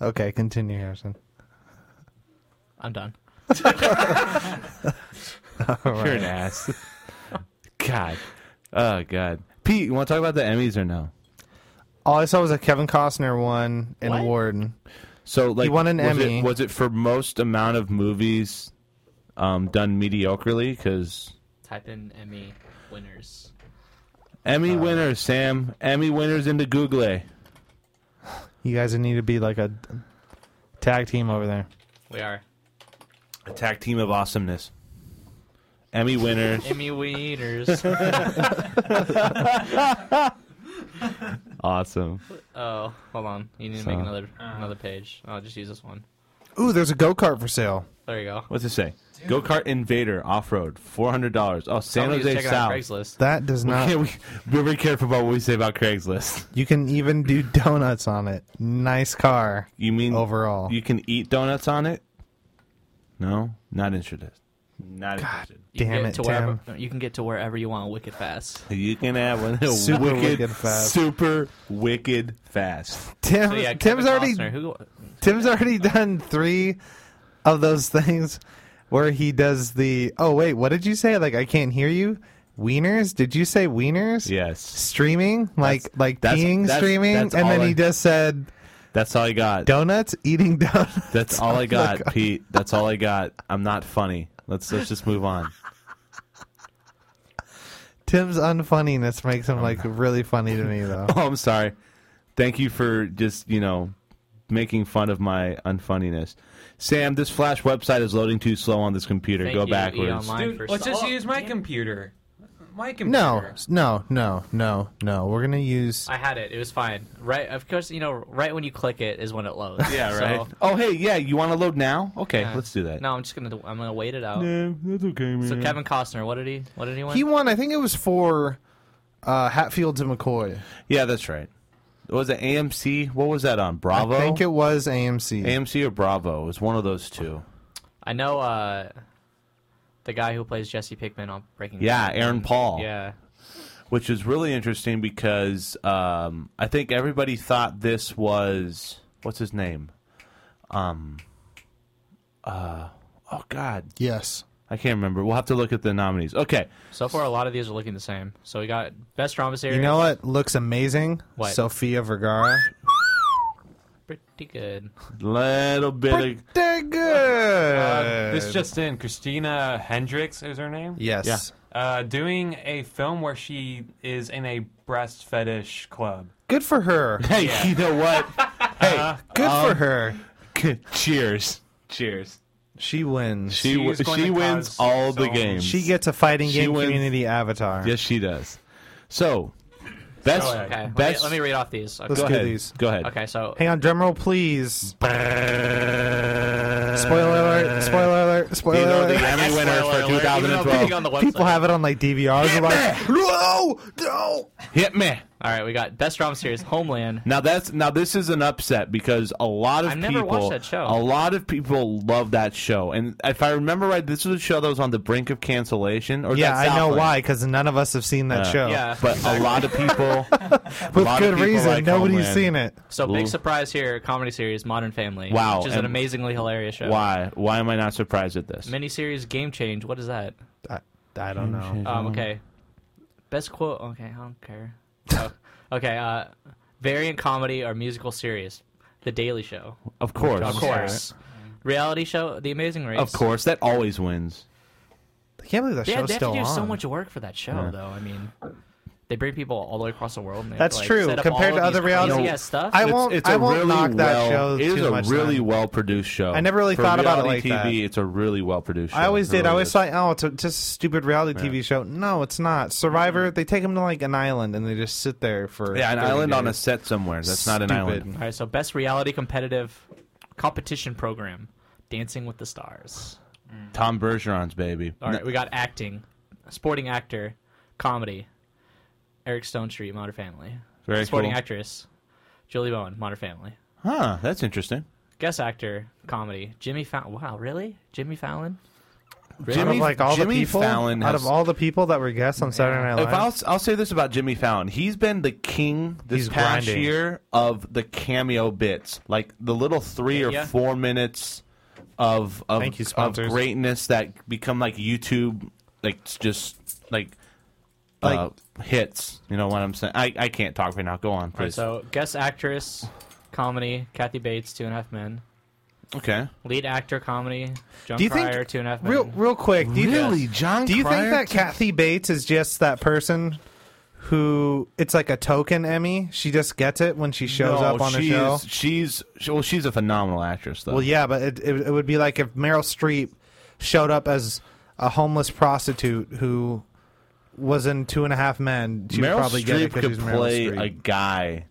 Speaker 9: Okay, continue, Harrison.
Speaker 11: I'm done.
Speaker 8: You're an ass. God. Oh God. Pete, you want to talk about the Emmys or no?
Speaker 9: All I saw was that Kevin Costner won an
Speaker 11: What?
Speaker 9: award.
Speaker 8: So like,
Speaker 9: won an
Speaker 8: was
Speaker 9: Emmy.
Speaker 8: It, was it for most amount of movies um, done mediocrely? Because
Speaker 11: Type in Emmy winners.
Speaker 8: Emmy winners, Sam. Emmy winners into Google.
Speaker 9: You guys need to be like a tag team over there.
Speaker 11: We are
Speaker 8: Attack team of awesomeness. Emmy winners.
Speaker 11: Emmy winners.
Speaker 8: awesome.
Speaker 11: oh, hold on. You need to make
Speaker 8: So-
Speaker 11: another another page. I'll just use this one.
Speaker 9: Ooh, there's a go kart for sale.
Speaker 11: There you go.
Speaker 8: What's it say? Go kart invader off road, four hundred dollars. Oh, San
Speaker 11: Somebody was
Speaker 8: Jose
Speaker 11: checking out
Speaker 8: South.
Speaker 11: Craigslist.
Speaker 9: That does
Speaker 8: We
Speaker 9: not.
Speaker 8: can't- we, we're very careful about what we say about Craigslist.
Speaker 9: You can even do donuts on it. Nice car.
Speaker 8: You mean
Speaker 9: Overall.
Speaker 8: You can eat donuts on it? No, not interested. Not interested.
Speaker 11: You can
Speaker 9: Damn
Speaker 11: get
Speaker 9: it,
Speaker 11: to
Speaker 9: Tim.
Speaker 11: wherever, You can get to wherever you want wicked fast.
Speaker 8: You can have one.
Speaker 9: Super wicked fast.
Speaker 8: Super wicked fast.
Speaker 9: Tim,
Speaker 11: So yeah,
Speaker 9: Tim's
Speaker 11: Kevin
Speaker 9: already
Speaker 11: Costner, who
Speaker 9: Tim's already done three of those things where he does the oh wait, what did you say? Like I can't hear you. Wieners? Did you say wieners?
Speaker 8: Yes,
Speaker 9: Streaming? Like like
Speaker 8: that's-
Speaker 9: peeing
Speaker 8: that's-
Speaker 9: streaming?
Speaker 8: that's
Speaker 9: and then
Speaker 8: all I-
Speaker 9: he just said
Speaker 8: that's all I got.
Speaker 9: donuts, eating donuts.
Speaker 8: That's all I got, Pete. That's all I got. I'm not funny. Let's let's just move on.
Speaker 9: Tim's unfunniness makes him like really funny to me though.
Speaker 8: Oh, I'm sorry. Thank you for just you know making fun of my unfunniness. Sam, this Flash website is loading too slow on this computer.
Speaker 11: Thank
Speaker 8: Go
Speaker 11: you, E!
Speaker 8: backwards.
Speaker 11: Online
Speaker 10: Dude,
Speaker 11: for
Speaker 10: let's
Speaker 11: so-
Speaker 10: just
Speaker 11: Oh,
Speaker 10: use my
Speaker 11: damn.
Speaker 10: computer. my computer.
Speaker 9: No, no, no, no, no. We're gonna use.
Speaker 11: I had it. It was fine. Right, of course, you know, right when you click it is when it loads.
Speaker 8: Yeah,
Speaker 11: So-
Speaker 8: right. oh, hey, yeah, you want to load now? Okay,
Speaker 11: Yeah.
Speaker 8: let's do that.
Speaker 11: No, I'm just gonna I'm gonna wait it out.
Speaker 8: Yeah, that's okay, man.
Speaker 11: So Kevin Costner, what did he? What did he win?
Speaker 9: He won. I think it was for uh, Hatfields and McCoy.
Speaker 8: yeah, that's right. Was it AMC? What was that on? Bravo?
Speaker 9: I think it was AMC.
Speaker 8: AMC or Bravo? It was one of those two.
Speaker 11: I know uh, the guy who plays Jesse Pinkman on Breaking.
Speaker 8: Yeah,
Speaker 11: Bad.
Speaker 8: Aaron Paul.
Speaker 11: Yeah,
Speaker 8: which was really interesting because um, I think everybody thought this was what's his name, um, uh, oh God,
Speaker 9: yes.
Speaker 8: I can't remember. We'll have to look at the nominees. Okay,
Speaker 11: so far a lot of these are looking the same. So we got best drama series.
Speaker 9: You know what looks amazing?
Speaker 11: What?
Speaker 9: Sophia Vergara.
Speaker 11: pretty good.
Speaker 8: little bit. Of,
Speaker 9: Pretty good.
Speaker 10: Uh, this just in: Christina Hendricks is her name.
Speaker 9: yes.
Speaker 8: Yeah.
Speaker 10: Uh, doing a film where she is in a breast fetish club.
Speaker 9: Good for her.
Speaker 8: hey, you know what? hey,
Speaker 9: Good
Speaker 8: Um,
Speaker 9: for her.
Speaker 8: cheers, cheers.
Speaker 9: She wins.
Speaker 8: She
Speaker 10: She's
Speaker 8: w-
Speaker 10: going
Speaker 8: she
Speaker 10: to
Speaker 8: wins
Speaker 10: cause
Speaker 8: all the
Speaker 10: so-
Speaker 8: games.
Speaker 9: She gets a fighting
Speaker 8: She
Speaker 9: game
Speaker 8: wins.
Speaker 9: community avatar.
Speaker 8: yes, she does. So best
Speaker 10: Go ahead.
Speaker 11: Okay, let me-
Speaker 8: best.
Speaker 11: let me read off these.
Speaker 9: Let's
Speaker 8: go
Speaker 11: Okay,
Speaker 9: do
Speaker 8: ahead.
Speaker 9: these.
Speaker 8: Go ahead.
Speaker 11: okay so
Speaker 9: Hang on, drumroll, please. Spoiler alert! Spoiler alert! Spoiler
Speaker 8: These are the
Speaker 9: alert!
Speaker 8: Emmy winners
Speaker 11: Spoiler
Speaker 8: for
Speaker 11: alert, even though being
Speaker 8: 2012.
Speaker 11: on the website.
Speaker 9: People have it on like DVRs. They're like, no, no.
Speaker 8: Hit me.
Speaker 11: All right, we got best drama series Homeland.
Speaker 8: Now that's now this is an upset because a lot of
Speaker 11: I've never
Speaker 8: people
Speaker 11: watched that show.
Speaker 8: a lot of people love that show. And if I remember right, this was a show that was on the brink of cancellation. Or is
Speaker 9: Yeah,
Speaker 8: that
Speaker 9: I know
Speaker 8: Southland?
Speaker 9: why because none of us have seen that show.
Speaker 11: Yeah,
Speaker 8: But a lot of people a
Speaker 9: with
Speaker 8: lot of
Speaker 9: good
Speaker 8: people
Speaker 9: reason.
Speaker 8: like
Speaker 9: Nobody's
Speaker 8: Homeland.
Speaker 9: seen it.
Speaker 11: So
Speaker 8: Ooh.
Speaker 11: big surprise here, comedy series Modern Family.
Speaker 8: Wow,
Speaker 11: which is
Speaker 8: and
Speaker 11: an amazingly hilarious show.
Speaker 8: Why? Why am I not surprised at this?
Speaker 11: Miniseries Game Change. What is that?
Speaker 9: I, I don't
Speaker 8: Oh,
Speaker 9: know.
Speaker 8: Mm-hmm.
Speaker 11: Um, okay. Best quote. Okay, I don't care. Oh, okay. Uh, variant comedy or musical series, The Daily Show.
Speaker 8: Of course.
Speaker 11: Of course. Reality show, The Amazing Race.
Speaker 8: Of course. That always wins.
Speaker 9: I can't believe that
Speaker 11: They,
Speaker 9: show's
Speaker 11: they have to
Speaker 9: still
Speaker 11: do
Speaker 9: on.
Speaker 11: so much work for that show, though. I mean, they bring people all the way across the world. And they,
Speaker 9: That's
Speaker 11: like,
Speaker 9: true.
Speaker 11: set up
Speaker 9: Compared
Speaker 11: all
Speaker 9: to
Speaker 11: of these
Speaker 9: other reality-
Speaker 11: crazy-ass stuff.
Speaker 9: I
Speaker 8: It's-
Speaker 9: won't.
Speaker 8: It's,
Speaker 9: I
Speaker 8: a
Speaker 9: won't
Speaker 8: really
Speaker 9: knock that
Speaker 8: well-
Speaker 9: show
Speaker 8: It is
Speaker 9: too
Speaker 8: a
Speaker 9: much.
Speaker 8: really
Speaker 9: then.
Speaker 8: well produced show.
Speaker 9: I never really
Speaker 8: For
Speaker 9: thought about it
Speaker 8: reality
Speaker 9: like
Speaker 8: TV,
Speaker 9: that.
Speaker 8: It's a really well produced.
Speaker 9: I always did.
Speaker 8: It
Speaker 9: I
Speaker 8: really
Speaker 9: always
Speaker 8: is.
Speaker 9: thought, oh, it's a, just a stupid reality TV show. No, it's not. Survivor. They take them to like an island and they just sit there for
Speaker 8: Mm-hmm. Yeah, an
Speaker 9: 30
Speaker 8: island on a
Speaker 9: days.
Speaker 8: set somewhere. That's not an
Speaker 9: Stupid.
Speaker 8: island.
Speaker 11: All right, so best reality competitive competition program, Dancing with the Stars.
Speaker 8: Tom Bergeron's baby.
Speaker 11: All right, we got acting, sporting actor, comedy, Eric Stone Street, Modern Family.
Speaker 8: Very
Speaker 11: sporting
Speaker 8: cool.
Speaker 11: actress, Julie Bowen, Modern Family.
Speaker 8: Huh, that's interesting.
Speaker 11: Guest actor, comedy, Jimmy Fallon. Wow, really? Jimmy Fallon?
Speaker 9: Out of
Speaker 8: Jimmy-
Speaker 9: like all
Speaker 8: Jimmy
Speaker 9: the people,
Speaker 8: Fallon
Speaker 9: out
Speaker 8: has-
Speaker 9: of all the people that were guests on Saturday Night
Speaker 8: If
Speaker 9: Live,
Speaker 8: I'll, I'll say this about Jimmy Fallon, he's been the king this
Speaker 9: He's
Speaker 8: past
Speaker 9: grinding.
Speaker 8: year of the cameo bits, like the little three or
Speaker 11: Yeah.
Speaker 8: four minutes of of,
Speaker 9: Thank you,
Speaker 8: of
Speaker 9: sponsors.
Speaker 8: greatness that become like YouTube, like it's just like uh, hits. You know what I'm saying? I, I can't talk right now. Go on,
Speaker 11: All right,
Speaker 8: please.
Speaker 11: so guest actress, comedy, Kathy Bates, Two and a Half Men.
Speaker 8: okay.
Speaker 11: Lead actor, comedy, John
Speaker 9: do you
Speaker 11: Cryer,
Speaker 9: think
Speaker 11: Two and a Half Men.
Speaker 9: real real quick? Do you
Speaker 8: Really?
Speaker 9: think,
Speaker 8: John
Speaker 9: Do you
Speaker 8: Cryer
Speaker 9: think that
Speaker 8: took-
Speaker 9: Kathy Bates is just that person who it's like a token Emmy? She just gets it when she shows up on a
Speaker 8: she's,
Speaker 9: show.
Speaker 8: She's well, she's a phenomenal actress though.
Speaker 9: Well, yeah, but it, it it would be like if Meryl Streep showed up as a homeless prostitute who was in Two and a Half Men. She would
Speaker 8: Meryl
Speaker 9: probably get it
Speaker 8: Streep
Speaker 9: because
Speaker 8: could
Speaker 9: she's Meryl
Speaker 8: play
Speaker 9: Streep.
Speaker 8: a guy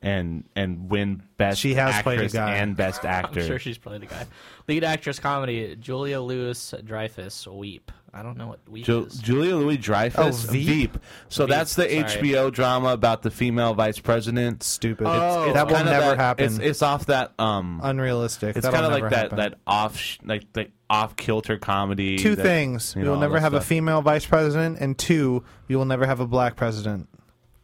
Speaker 8: and and win best
Speaker 9: She has played a
Speaker 8: actress
Speaker 9: guy.
Speaker 8: and best actor.
Speaker 11: I'm sure she's played a guy. Lead actress comedy Julia Lewis Dreyfus Weep. I don't know what Weep
Speaker 8: Ju-
Speaker 11: is.
Speaker 8: Julia Louis Dreyfus
Speaker 9: Oh, Veep.
Speaker 8: So that's the
Speaker 11: sorry.
Speaker 8: HBO drama about the female vice president.
Speaker 9: Stupid.
Speaker 8: It's- it's
Speaker 9: that will
Speaker 8: kinda
Speaker 9: never
Speaker 8: that-
Speaker 9: happen.
Speaker 8: It's, it's off that um
Speaker 9: Unrealistic.
Speaker 8: it's
Speaker 9: That'll
Speaker 8: kind of
Speaker 9: never
Speaker 8: like that
Speaker 9: happen.
Speaker 8: that off sh- like the off kilter comedy.
Speaker 9: two
Speaker 8: that-
Speaker 9: things.
Speaker 8: you
Speaker 9: We
Speaker 8: know,
Speaker 9: will
Speaker 8: all
Speaker 9: never
Speaker 8: that
Speaker 9: have a
Speaker 8: stuff.
Speaker 9: female vice president, and two, you will never have a black president.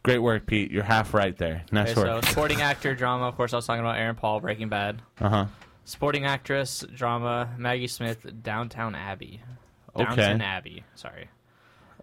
Speaker 8: Great work, Pete. You're half right there. Nice
Speaker 11: Okay, so
Speaker 8: work.
Speaker 11: sporting actor drama. Of course, I was talking about Aaron Paul, Breaking Bad.
Speaker 8: Uh huh.
Speaker 11: Sporting actress drama Maggie Smith, Downtown Abbey.
Speaker 8: Okay.
Speaker 11: Downton Abbey. Sorry.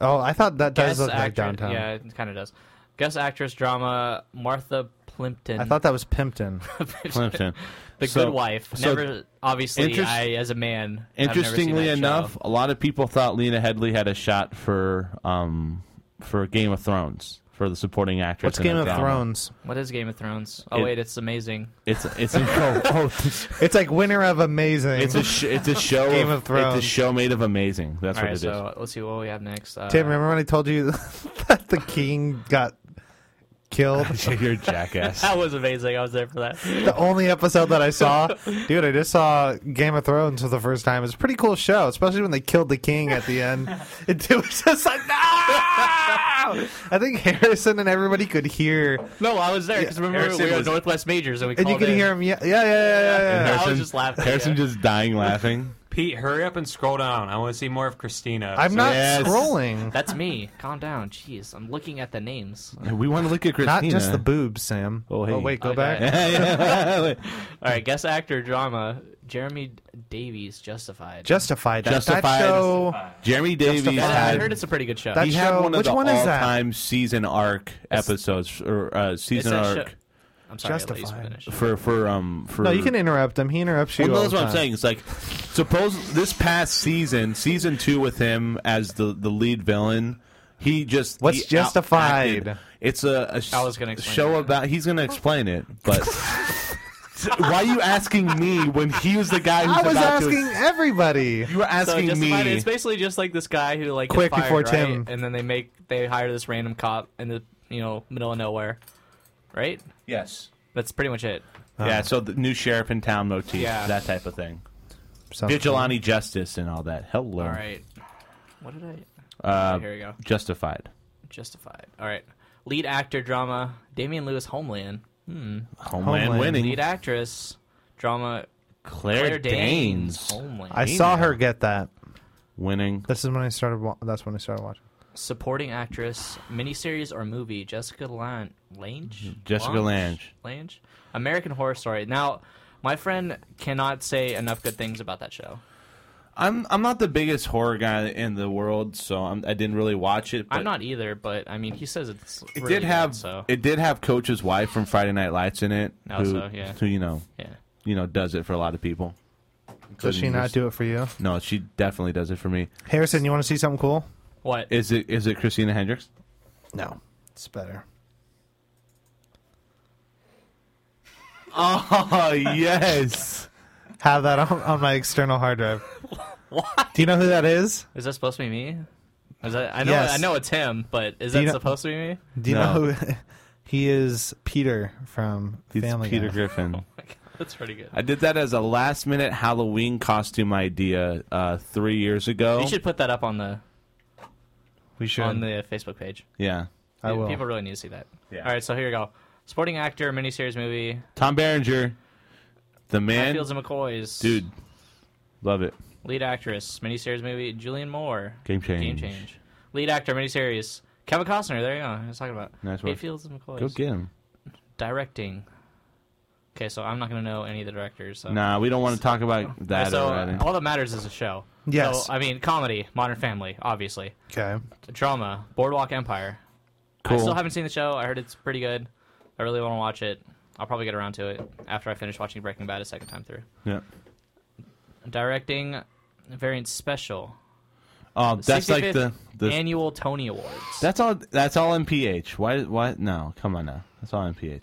Speaker 9: Oh, I thought that does
Speaker 11: Guest
Speaker 9: look like
Speaker 11: actor-
Speaker 9: downtown.
Speaker 11: Yeah, it kind of does. Guest actress drama Martha Plimpton.
Speaker 9: I thought that was Pimpton.
Speaker 8: Clemson.
Speaker 11: the
Speaker 8: So-
Speaker 11: Good Wife.
Speaker 8: so-
Speaker 11: never. Obviously,
Speaker 8: Interest-
Speaker 11: I as a man. have never seen
Speaker 8: Interestingly
Speaker 11: that
Speaker 8: enough,
Speaker 11: show.
Speaker 8: a lot of people thought Lena Headley had a shot for um for Game of Thrones. for the supporting actress.
Speaker 9: What's
Speaker 8: in
Speaker 9: Game
Speaker 8: a
Speaker 9: of
Speaker 8: drama.
Speaker 9: Thrones?
Speaker 11: What is Game of Thrones? Oh
Speaker 8: It-
Speaker 11: wait, it's amazing.
Speaker 8: It's it's a, oh, oh,
Speaker 9: It's like winner of amazing.
Speaker 8: it's a sh- it's a show
Speaker 9: Game
Speaker 8: of,
Speaker 9: of Thrones.
Speaker 8: It's a show made of amazing. That's
Speaker 11: All
Speaker 8: what it
Speaker 11: right,
Speaker 8: is.
Speaker 11: so let's see what we have next. Uh,
Speaker 9: Tim, remember when I told you that the king got killed?
Speaker 8: You're a jackass.
Speaker 11: That was amazing. I was there for that.
Speaker 9: the only episode that I saw, dude, I just saw Game of Thrones for the first time. It's a pretty cool show, especially when they killed the king at the end. It, it was just like, no! I think Harrison and everybody could hear,
Speaker 11: No, I was there because remember
Speaker 8: Harrison
Speaker 11: we were
Speaker 8: was-
Speaker 11: Northwest Majors and we
Speaker 9: and you
Speaker 11: called
Speaker 9: could
Speaker 11: in.
Speaker 9: hear him. Yeah, yeah, yeah, yeah, yeah. yeah.
Speaker 11: I was just laughing.
Speaker 8: Harrison
Speaker 11: yeah.
Speaker 8: just dying laughing.
Speaker 10: Pete, hurry up and scroll down. I want to see more of Christina.
Speaker 9: I'm not
Speaker 8: Yes.
Speaker 9: scrolling.
Speaker 11: That's me. Calm down. Jeez, I'm looking at the names.
Speaker 8: We want to look at Christina.
Speaker 9: Not just the boobs, Sam.
Speaker 8: Oh, hey.
Speaker 9: wait, go
Speaker 11: I
Speaker 9: back.
Speaker 11: got it.
Speaker 8: Yeah.
Speaker 11: All right, guest actor drama. Jeremy Davies, Justified.
Speaker 9: Justified. That,
Speaker 8: Justified.
Speaker 9: That show.
Speaker 8: Jeremy Davies
Speaker 9: Justified.
Speaker 11: Uh, I heard
Speaker 8: had
Speaker 11: it's a pretty good show.
Speaker 9: That
Speaker 8: he had
Speaker 9: show-
Speaker 8: one of
Speaker 9: which
Speaker 8: the
Speaker 9: one is that?
Speaker 8: all-time season arc episodes or uh, season
Speaker 11: that show-
Speaker 8: arc
Speaker 11: I'm sorry,
Speaker 9: Justified.
Speaker 11: At least finish.
Speaker 8: for for um for
Speaker 9: No, you can interrupt him. He interrupts you.
Speaker 8: Well, no,
Speaker 9: all
Speaker 8: that's
Speaker 9: the
Speaker 8: what I'm
Speaker 9: time.
Speaker 8: saying. It's like suppose this past season, season two with him as the the lead villain, he just
Speaker 9: What's
Speaker 8: he
Speaker 9: justified?
Speaker 8: outacted- It's a, a sh-
Speaker 11: I was gonna explain
Speaker 8: show
Speaker 11: it.
Speaker 8: about. He's gonna explain it, but. Why are you asking me when he was the guy who's
Speaker 9: I was
Speaker 8: about
Speaker 9: asking
Speaker 8: To,
Speaker 9: everybody.
Speaker 8: you were
Speaker 11: So
Speaker 8: asking
Speaker 11: Justified,
Speaker 8: me.
Speaker 11: it's basically just like this guy who like
Speaker 9: Quick
Speaker 11: gets
Speaker 9: before
Speaker 11: fired, right?
Speaker 9: Tim.
Speaker 11: and then they make they hire this random cop in the you know middle of nowhere, right?
Speaker 8: Yes.
Speaker 11: That's pretty much it.
Speaker 8: Yeah. So the new sheriff in town motif,
Speaker 11: Yeah.
Speaker 8: that type of thing,
Speaker 9: Sounds
Speaker 8: vigilante justice and all that. Hello.
Speaker 11: All right. What did I?
Speaker 8: Uh,
Speaker 11: Here we go.
Speaker 8: Justified.
Speaker 11: Justified. All right. Lead actor drama. Damian Lewis Homeland.
Speaker 8: Homeland,
Speaker 9: Homeland.
Speaker 8: winning.
Speaker 11: Lead actress drama.
Speaker 8: Claire,
Speaker 11: Claire Danes.
Speaker 8: Danes
Speaker 11: Homeland.
Speaker 9: I saw her get that.
Speaker 8: winning.
Speaker 9: This is when I started. Wa- that's when I started watching.
Speaker 11: Supporting actress, miniseries or movie. Jessica Lange. Lange.
Speaker 8: Mm-hmm. Jessica Lange.
Speaker 11: Lange. American Horror Story. Now, my friend cannot say enough good things about that show.
Speaker 8: I'm I'm not the biggest horror guy in the world, so I'm, I didn't really watch it. But
Speaker 11: I'm not either, but I mean, he says it's.
Speaker 8: It
Speaker 11: really
Speaker 8: did have
Speaker 11: good, so.
Speaker 8: it did have Coach's wife from Friday Night Lights in it.
Speaker 11: Oh,
Speaker 8: who,
Speaker 11: so, yeah.
Speaker 8: who you know
Speaker 11: yeah.
Speaker 8: you know does it for a lot of people.
Speaker 9: Does she
Speaker 8: Couldn't
Speaker 9: not
Speaker 8: just-
Speaker 9: do it for you,
Speaker 8: No, she definitely does it for me.
Speaker 9: Harrison? You want to see something cool?
Speaker 11: What?
Speaker 8: Is it is it Christina Hendricks?
Speaker 9: No, it's better.
Speaker 8: Oh yes,
Speaker 9: Have that on, on my external hard drive. what? Do you know who that is?
Speaker 11: Is that supposed to be me? Is that I know
Speaker 9: Yes.
Speaker 11: I know it's him, but is
Speaker 9: Do
Speaker 11: that
Speaker 9: you know-
Speaker 11: supposed to be me?
Speaker 9: Do you
Speaker 8: No.
Speaker 9: know who? he is Peter from
Speaker 8: it's
Speaker 9: Family
Speaker 8: Peter
Speaker 9: Guy.
Speaker 8: Griffin.
Speaker 11: That's pretty good.
Speaker 8: I did that as a last minute Halloween costume idea uh, three years ago.
Speaker 11: You should put that up on the
Speaker 9: We should.
Speaker 11: on the Facebook page.
Speaker 8: yeah,
Speaker 9: I will.
Speaker 11: People really need to see that.
Speaker 8: Yeah.
Speaker 11: All right, so here we go. Sporting actor, miniseries movie,
Speaker 8: Tom Berenger, the man,
Speaker 11: Hatfields and McCoys.
Speaker 8: dude, love it.
Speaker 11: Lead actress, miniseries movie, Julian Moore.
Speaker 8: Game change.
Speaker 11: Game change. Lead actor, miniseries, Kevin Costner. There you go. I was talking about.
Speaker 8: Nice work.
Speaker 11: Hatfields and McCoys.
Speaker 8: Go get him.
Speaker 11: Directing. Okay, so I'm not going to know any of the directors. So.
Speaker 8: Nah, we don't want to talk about
Speaker 11: All right,
Speaker 8: that.
Speaker 11: so uh,
Speaker 8: or that.
Speaker 11: all that matters is a show.
Speaker 9: Yes.
Speaker 11: So, I mean, comedy, Modern Family, obviously.
Speaker 9: okay.
Speaker 11: drama, Boardwalk Empire. I
Speaker 8: Cool.
Speaker 11: still haven't seen the show. I heard it's pretty good. I really want to watch it. I'll probably get around to it after I finish watching Breaking Bad a second time through.
Speaker 8: Yeah.
Speaker 11: Directing Variant Special.
Speaker 8: Oh, that's like the,
Speaker 11: 65th
Speaker 8: the
Speaker 11: annual Tony Awards.
Speaker 8: that's all that's all MPH. Why why no, come on now. That's all MPH.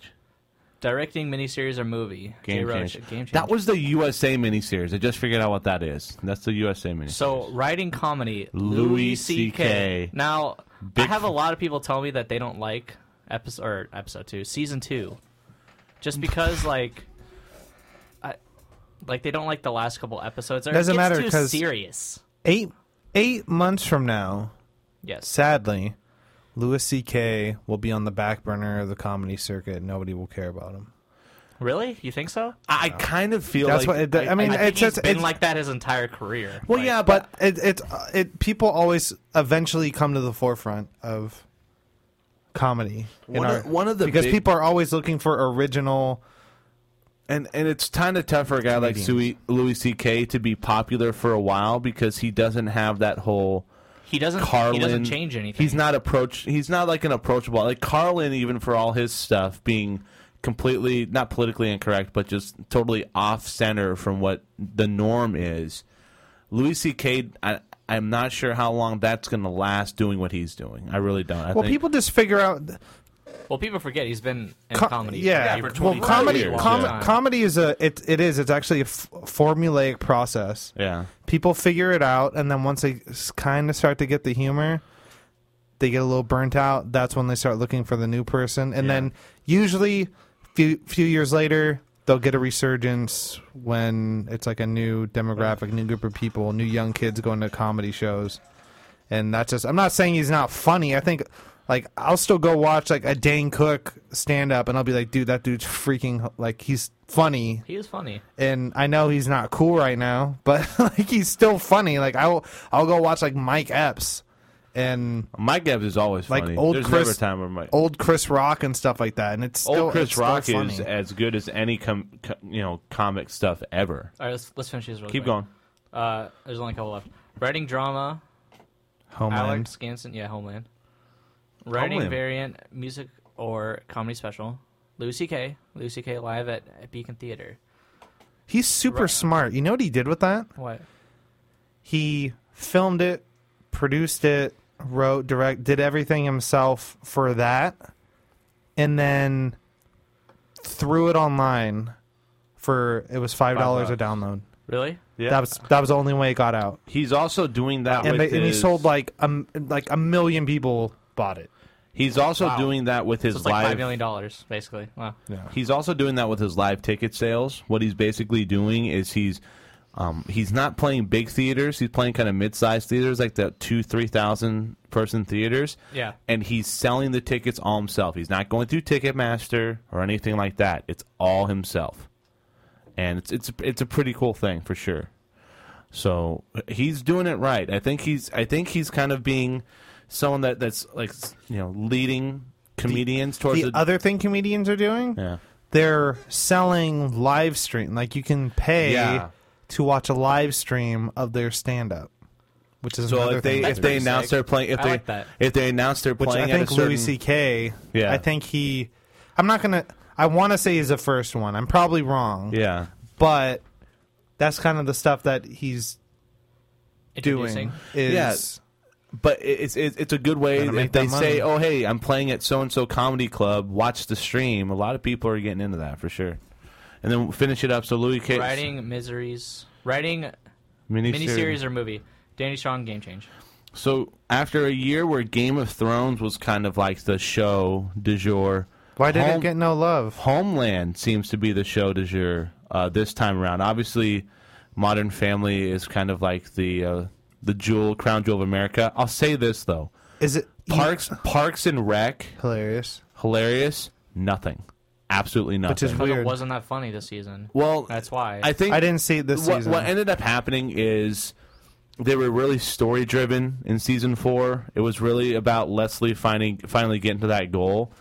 Speaker 11: Directing miniseries or movie. Jay
Speaker 8: Game
Speaker 11: Roach,
Speaker 8: change.
Speaker 11: Game change.
Speaker 8: That was the USA miniseries. I just figured out what that is. That's the USA miniseries.
Speaker 11: so writing comedy.
Speaker 8: Louis
Speaker 11: Louis C.K.
Speaker 8: CK.
Speaker 11: Now
Speaker 8: Big-
Speaker 11: I have a lot of people tell me that they don't like episode or episode two, season two, just because like, I, like they don't like the last couple episodes. Or
Speaker 9: Doesn't
Speaker 11: it gets
Speaker 9: matter,
Speaker 11: too
Speaker 9: 'cause-
Speaker 11: serious.
Speaker 9: Eight eight months from now,
Speaker 11: Yes.
Speaker 9: sadly, Louis C.K. will be on the back burner of the comedy circuit. and Nobody will care about him.
Speaker 11: Really? You think so?
Speaker 8: I kind of feel
Speaker 9: That's
Speaker 8: like
Speaker 9: what it, I, mean.
Speaker 11: I think
Speaker 9: it's
Speaker 11: he's
Speaker 9: just
Speaker 11: been
Speaker 9: it's,
Speaker 11: like that his entire career.
Speaker 9: Well,
Speaker 11: Like,
Speaker 9: yeah, but it, it's uh, it. People always eventually come to the forefront of comedy. in
Speaker 8: One of- one of the
Speaker 9: because
Speaker 8: big-
Speaker 9: people are always looking for original.
Speaker 8: and and it's kind of tough for a guy like Sui, Louis CK to be popular for a while because he doesn't have that whole
Speaker 11: he doesn't.
Speaker 8: Carlin.
Speaker 11: He doesn't change anything.
Speaker 8: He's not approach. He's not like an approachable. Like Carlin, even for all his stuff being completely not politically incorrect, but just totally off center from what the norm is. Louis C.K. I, I'm not sure how long that's going to last doing what he's doing. I really don't. I
Speaker 9: Well,
Speaker 8: think,
Speaker 9: people just figure out.
Speaker 11: Well, people forget he's been in
Speaker 9: co-
Speaker 11: comedy.
Speaker 9: Yeah,
Speaker 11: for
Speaker 9: well,
Speaker 11: 25
Speaker 9: comedy,
Speaker 11: years.
Speaker 9: com-
Speaker 11: Yeah.
Speaker 9: comedy is a it, it is it's actually a f- formulaic process.
Speaker 8: Yeah.
Speaker 9: People figure it out, and then once they kind of start to get the humor, they get a little burnt out. That's when they start looking for the new person, and then usually few few years later they'll get a resurgence when it's like a new demographic, new group of people, new young kids going to comedy shows and that's just i'm not saying he's not funny i think like i'll still go watch like a dane cook stand up and i'll be like dude that dude's freaking like he's funny
Speaker 11: He is funny.
Speaker 9: and i know he's not cool right now but like he's still funny like i'll i'll go watch like mike epps and
Speaker 8: Mike Epps is always
Speaker 9: like
Speaker 8: funny.
Speaker 9: old
Speaker 8: There's
Speaker 9: chris
Speaker 8: never a time where Mike
Speaker 9: old chris rock and stuff like that and it's still,
Speaker 8: old
Speaker 9: it's
Speaker 8: Chris
Speaker 9: still
Speaker 8: Rock
Speaker 9: funny.
Speaker 8: is as good as any com, co- you know comic stuff ever.
Speaker 11: All right, let's, let's finish these. Really
Speaker 8: Keep
Speaker 11: quick.
Speaker 8: going.
Speaker 11: Uh, there's only a couple left. Writing drama. Alex
Speaker 9: homeland
Speaker 11: Skansen. Yeah, Homeland. Writing
Speaker 8: Homeland.
Speaker 11: variant music or comedy special. Louis C.K. Louis C.K. live at, at Beacon Theater.
Speaker 9: he's super smart you know what he did with that
Speaker 11: What?
Speaker 9: he filmed it, produced it, wrote, direct, did everything himself for that, and then threw it online for it was five dollars a
Speaker 8: bucks.
Speaker 9: download.
Speaker 11: Really?
Speaker 8: Yeah,
Speaker 9: That was that was the only way it got out,
Speaker 8: he's also doing that.
Speaker 9: and,
Speaker 8: with
Speaker 9: they, and he
Speaker 8: his-
Speaker 9: sold like um like a million people bought it.
Speaker 8: He's also doing that with his
Speaker 11: So it's like five
Speaker 8: live.
Speaker 11: million dollars, basically. Wow.
Speaker 8: He's also doing that with his live ticket sales. What he's basically doing is he's um, he's not playing big theaters. He's playing kind of mid-sized theaters, like the two, three thousand person theaters.
Speaker 11: Yeah.
Speaker 8: and he's selling the tickets all himself. He's not going through Ticketmaster or anything like that. It's all himself, and it's it's it's a pretty cool thing for sure. So he's doing it right. I think he's I think he's kind of being someone that that's like you know leading comedians towards
Speaker 9: The
Speaker 8: a-
Speaker 9: other thing comedians are doing,
Speaker 8: yeah.
Speaker 9: they're selling live stream. Like you can pay
Speaker 8: Yeah.
Speaker 9: to watch a live stream of their stand up, which is
Speaker 8: So
Speaker 9: another
Speaker 8: if they
Speaker 9: thing.
Speaker 8: if they
Speaker 11: pretty
Speaker 8: announce
Speaker 11: sick.
Speaker 8: they're playing if
Speaker 11: I
Speaker 8: they
Speaker 11: like that.
Speaker 8: if they announce they're
Speaker 9: which I
Speaker 8: playing
Speaker 9: think
Speaker 8: at a certain,
Speaker 9: Louis C.K.
Speaker 8: Yeah.
Speaker 9: I think he. I'm not gonna. I want to say he's the first one. I'm probably wrong.
Speaker 8: yeah
Speaker 9: But that's kind of the stuff that he's doing.
Speaker 11: Introducing.
Speaker 9: Is
Speaker 8: but it- it's it's, it's a good way
Speaker 9: Gotta
Speaker 8: if
Speaker 9: make
Speaker 8: they
Speaker 9: that
Speaker 8: say
Speaker 9: money.
Speaker 8: oh hey I'm playing at so and so comedy club watch the stream a lot of people are getting into that for sure and then finish it up so Louis K
Speaker 11: Writing miseries. Writing miniseries or movie. Danny Strong game change.
Speaker 8: so after a year where Game of Thrones was kind of like the show du jour
Speaker 9: why did
Speaker 8: Home-
Speaker 9: it get no love?
Speaker 8: Homeland seems to be the show du jour uh, this time around. Obviously, Modern Family is kind of like the uh, the jewel, crown jewel of America. I'll say this though:
Speaker 9: Is it
Speaker 8: Parks, Parks and Rec,
Speaker 9: hilarious?
Speaker 8: hilarious, nothing, absolutely nothing.
Speaker 9: Which is
Speaker 11: Because it
Speaker 9: Weird.
Speaker 11: wasn't that funny this season.
Speaker 8: well,
Speaker 11: That's why.
Speaker 8: I think
Speaker 9: I didn't see it this
Speaker 8: what,
Speaker 9: season.
Speaker 8: What ended up happening is they were really story driven in season four. It was really about Leslie finding finally getting to that goal.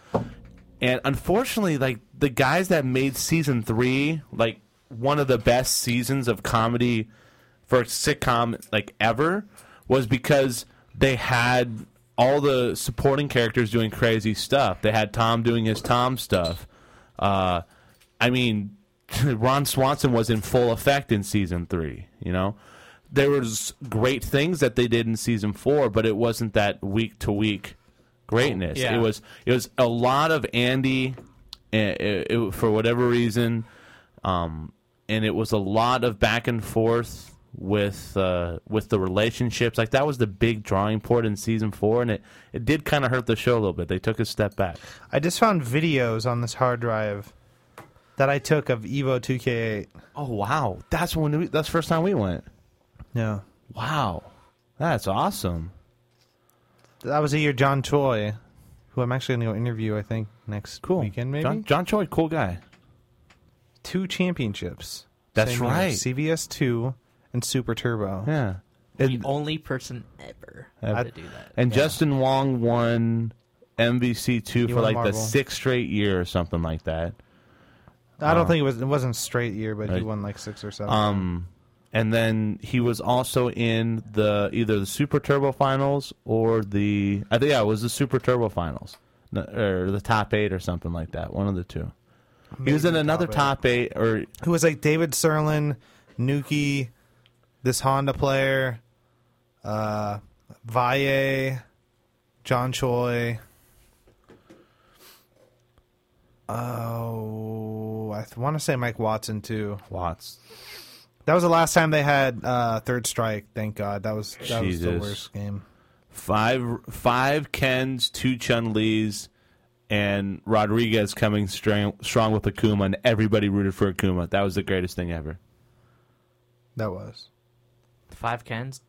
Speaker 8: And unfortunately, like the guys that made season three, like one of the best seasons of comedy for a sitcom like ever, was because they had all the supporting characters doing crazy stuff. They had Tom doing his Tom stuff. Uh, I mean, Ron Swanson was in full effect in season three. You know, there was great things that they did in season four, but it wasn't that week to week greatness.
Speaker 11: Yeah.
Speaker 8: It was it was a lot of Andy, and it, it, for whatever reason, um, and it was a lot of back and forth with uh, with the relationships. Like that was the big drawing port in season four, and it it did kind of hurt the show a little bit. They took a step back.
Speaker 9: I just found videos on this hard drive that I took of Evo 2K8.
Speaker 8: Oh wow, that's when we, that's the first time we went.
Speaker 9: Yeah,
Speaker 8: Wow, that's awesome.
Speaker 9: that was a year John Choi, who I'm actually going to go interview. I think next weekend maybe
Speaker 8: John, John Choi, cool guy.
Speaker 9: two championships.
Speaker 8: That's
Speaker 9: Same year,
Speaker 8: right.
Speaker 9: CVS two and Super Turbo.
Speaker 8: Yeah,
Speaker 11: the
Speaker 8: and
Speaker 11: only person ever
Speaker 8: Ever.
Speaker 11: to do that.
Speaker 8: and Justin Wong won MVC two for
Speaker 9: won
Speaker 8: like the
Speaker 9: Marvel.
Speaker 8: sixth straight year or something like that.
Speaker 9: I don't think it was. It wasn't straight year, but he
Speaker 8: Right.
Speaker 9: won like six or seven.
Speaker 8: Um, and then he was also in the either the Super Turbo Finals or the I think yeah it was the Super Turbo Finals No, or the top eight or something like that. One of the two. he was in
Speaker 9: the
Speaker 8: another top
Speaker 9: top
Speaker 8: eight. or
Speaker 9: Who was like David Serlin, Nuki, this Honda player, uh, Valle, John Choi. Oh, I th- want to say Mike Watson too.
Speaker 8: Watts.
Speaker 9: That was the last time they had uh, third strike. Thank God, that was that was the
Speaker 8: Jesus.
Speaker 9: worst game.
Speaker 8: Five five Kens, two Chun Lees, and Rodriguez coming strong, strong with Akuma, and everybody rooted for Akuma. That was the greatest thing ever.
Speaker 9: That was.
Speaker 11: Five cans.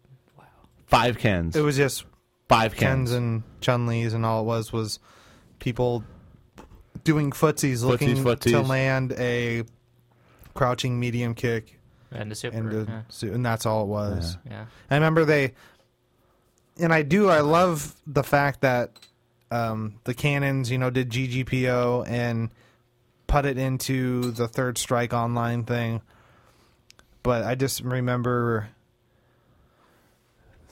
Speaker 8: Five Kens,
Speaker 9: It was just
Speaker 8: five
Speaker 9: Kens
Speaker 8: Kens,
Speaker 9: and Chun Li's, and all it was was people doing footsies, looking
Speaker 8: footsies.
Speaker 9: to land a crouching medium kick,
Speaker 11: And a super.
Speaker 9: and a
Speaker 11: yeah.
Speaker 9: su- and that's all it was.
Speaker 11: yeah.
Speaker 9: I remember they, and I do. I love the fact that um, the cannons, you know, did GGPO and put it into the third strike online thing. But I just remember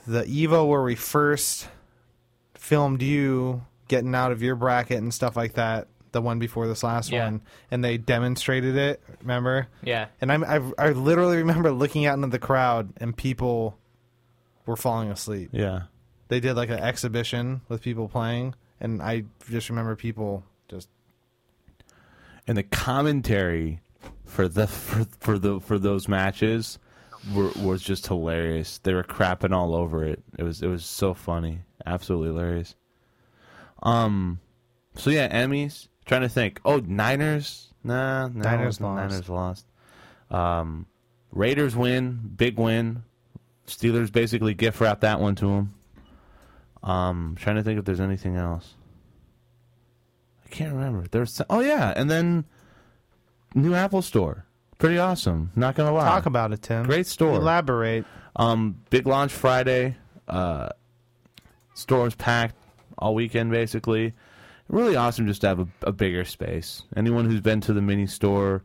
Speaker 9: the Evo where we first filmed you getting out of your bracket and stuff like that. The one before this last
Speaker 11: Yeah.
Speaker 9: one, and they demonstrated it. Remember?
Speaker 11: Yeah.
Speaker 9: And I'm, I, I literally remember looking out into the crowd and people were falling asleep.
Speaker 8: yeah,
Speaker 9: They did like an exhibition with people playing, and I just remember people just
Speaker 8: and the commentary for the for, for the for those matches were, was just hilarious. They were crapping all over it. It was it was so funny, absolutely hilarious. Um, so yeah, Emmys. Trying to think. Oh, Niners. Nah, no,
Speaker 9: Niners
Speaker 8: the
Speaker 9: lost.
Speaker 8: Niners lost. Um, Raiders win, big win. Steelers basically gift wrap that one to them. Um, trying to think if there's anything else. I can't remember. There's so- oh yeah, and then new Apple Store, pretty awesome. Not gonna lie,
Speaker 9: talk about it, Tim.
Speaker 8: great store.
Speaker 9: Elaborate.
Speaker 8: Um, big launch Friday. Uh, stores packed all weekend basically. Really awesome just to have a, a bigger space. Anyone who's been to the mini store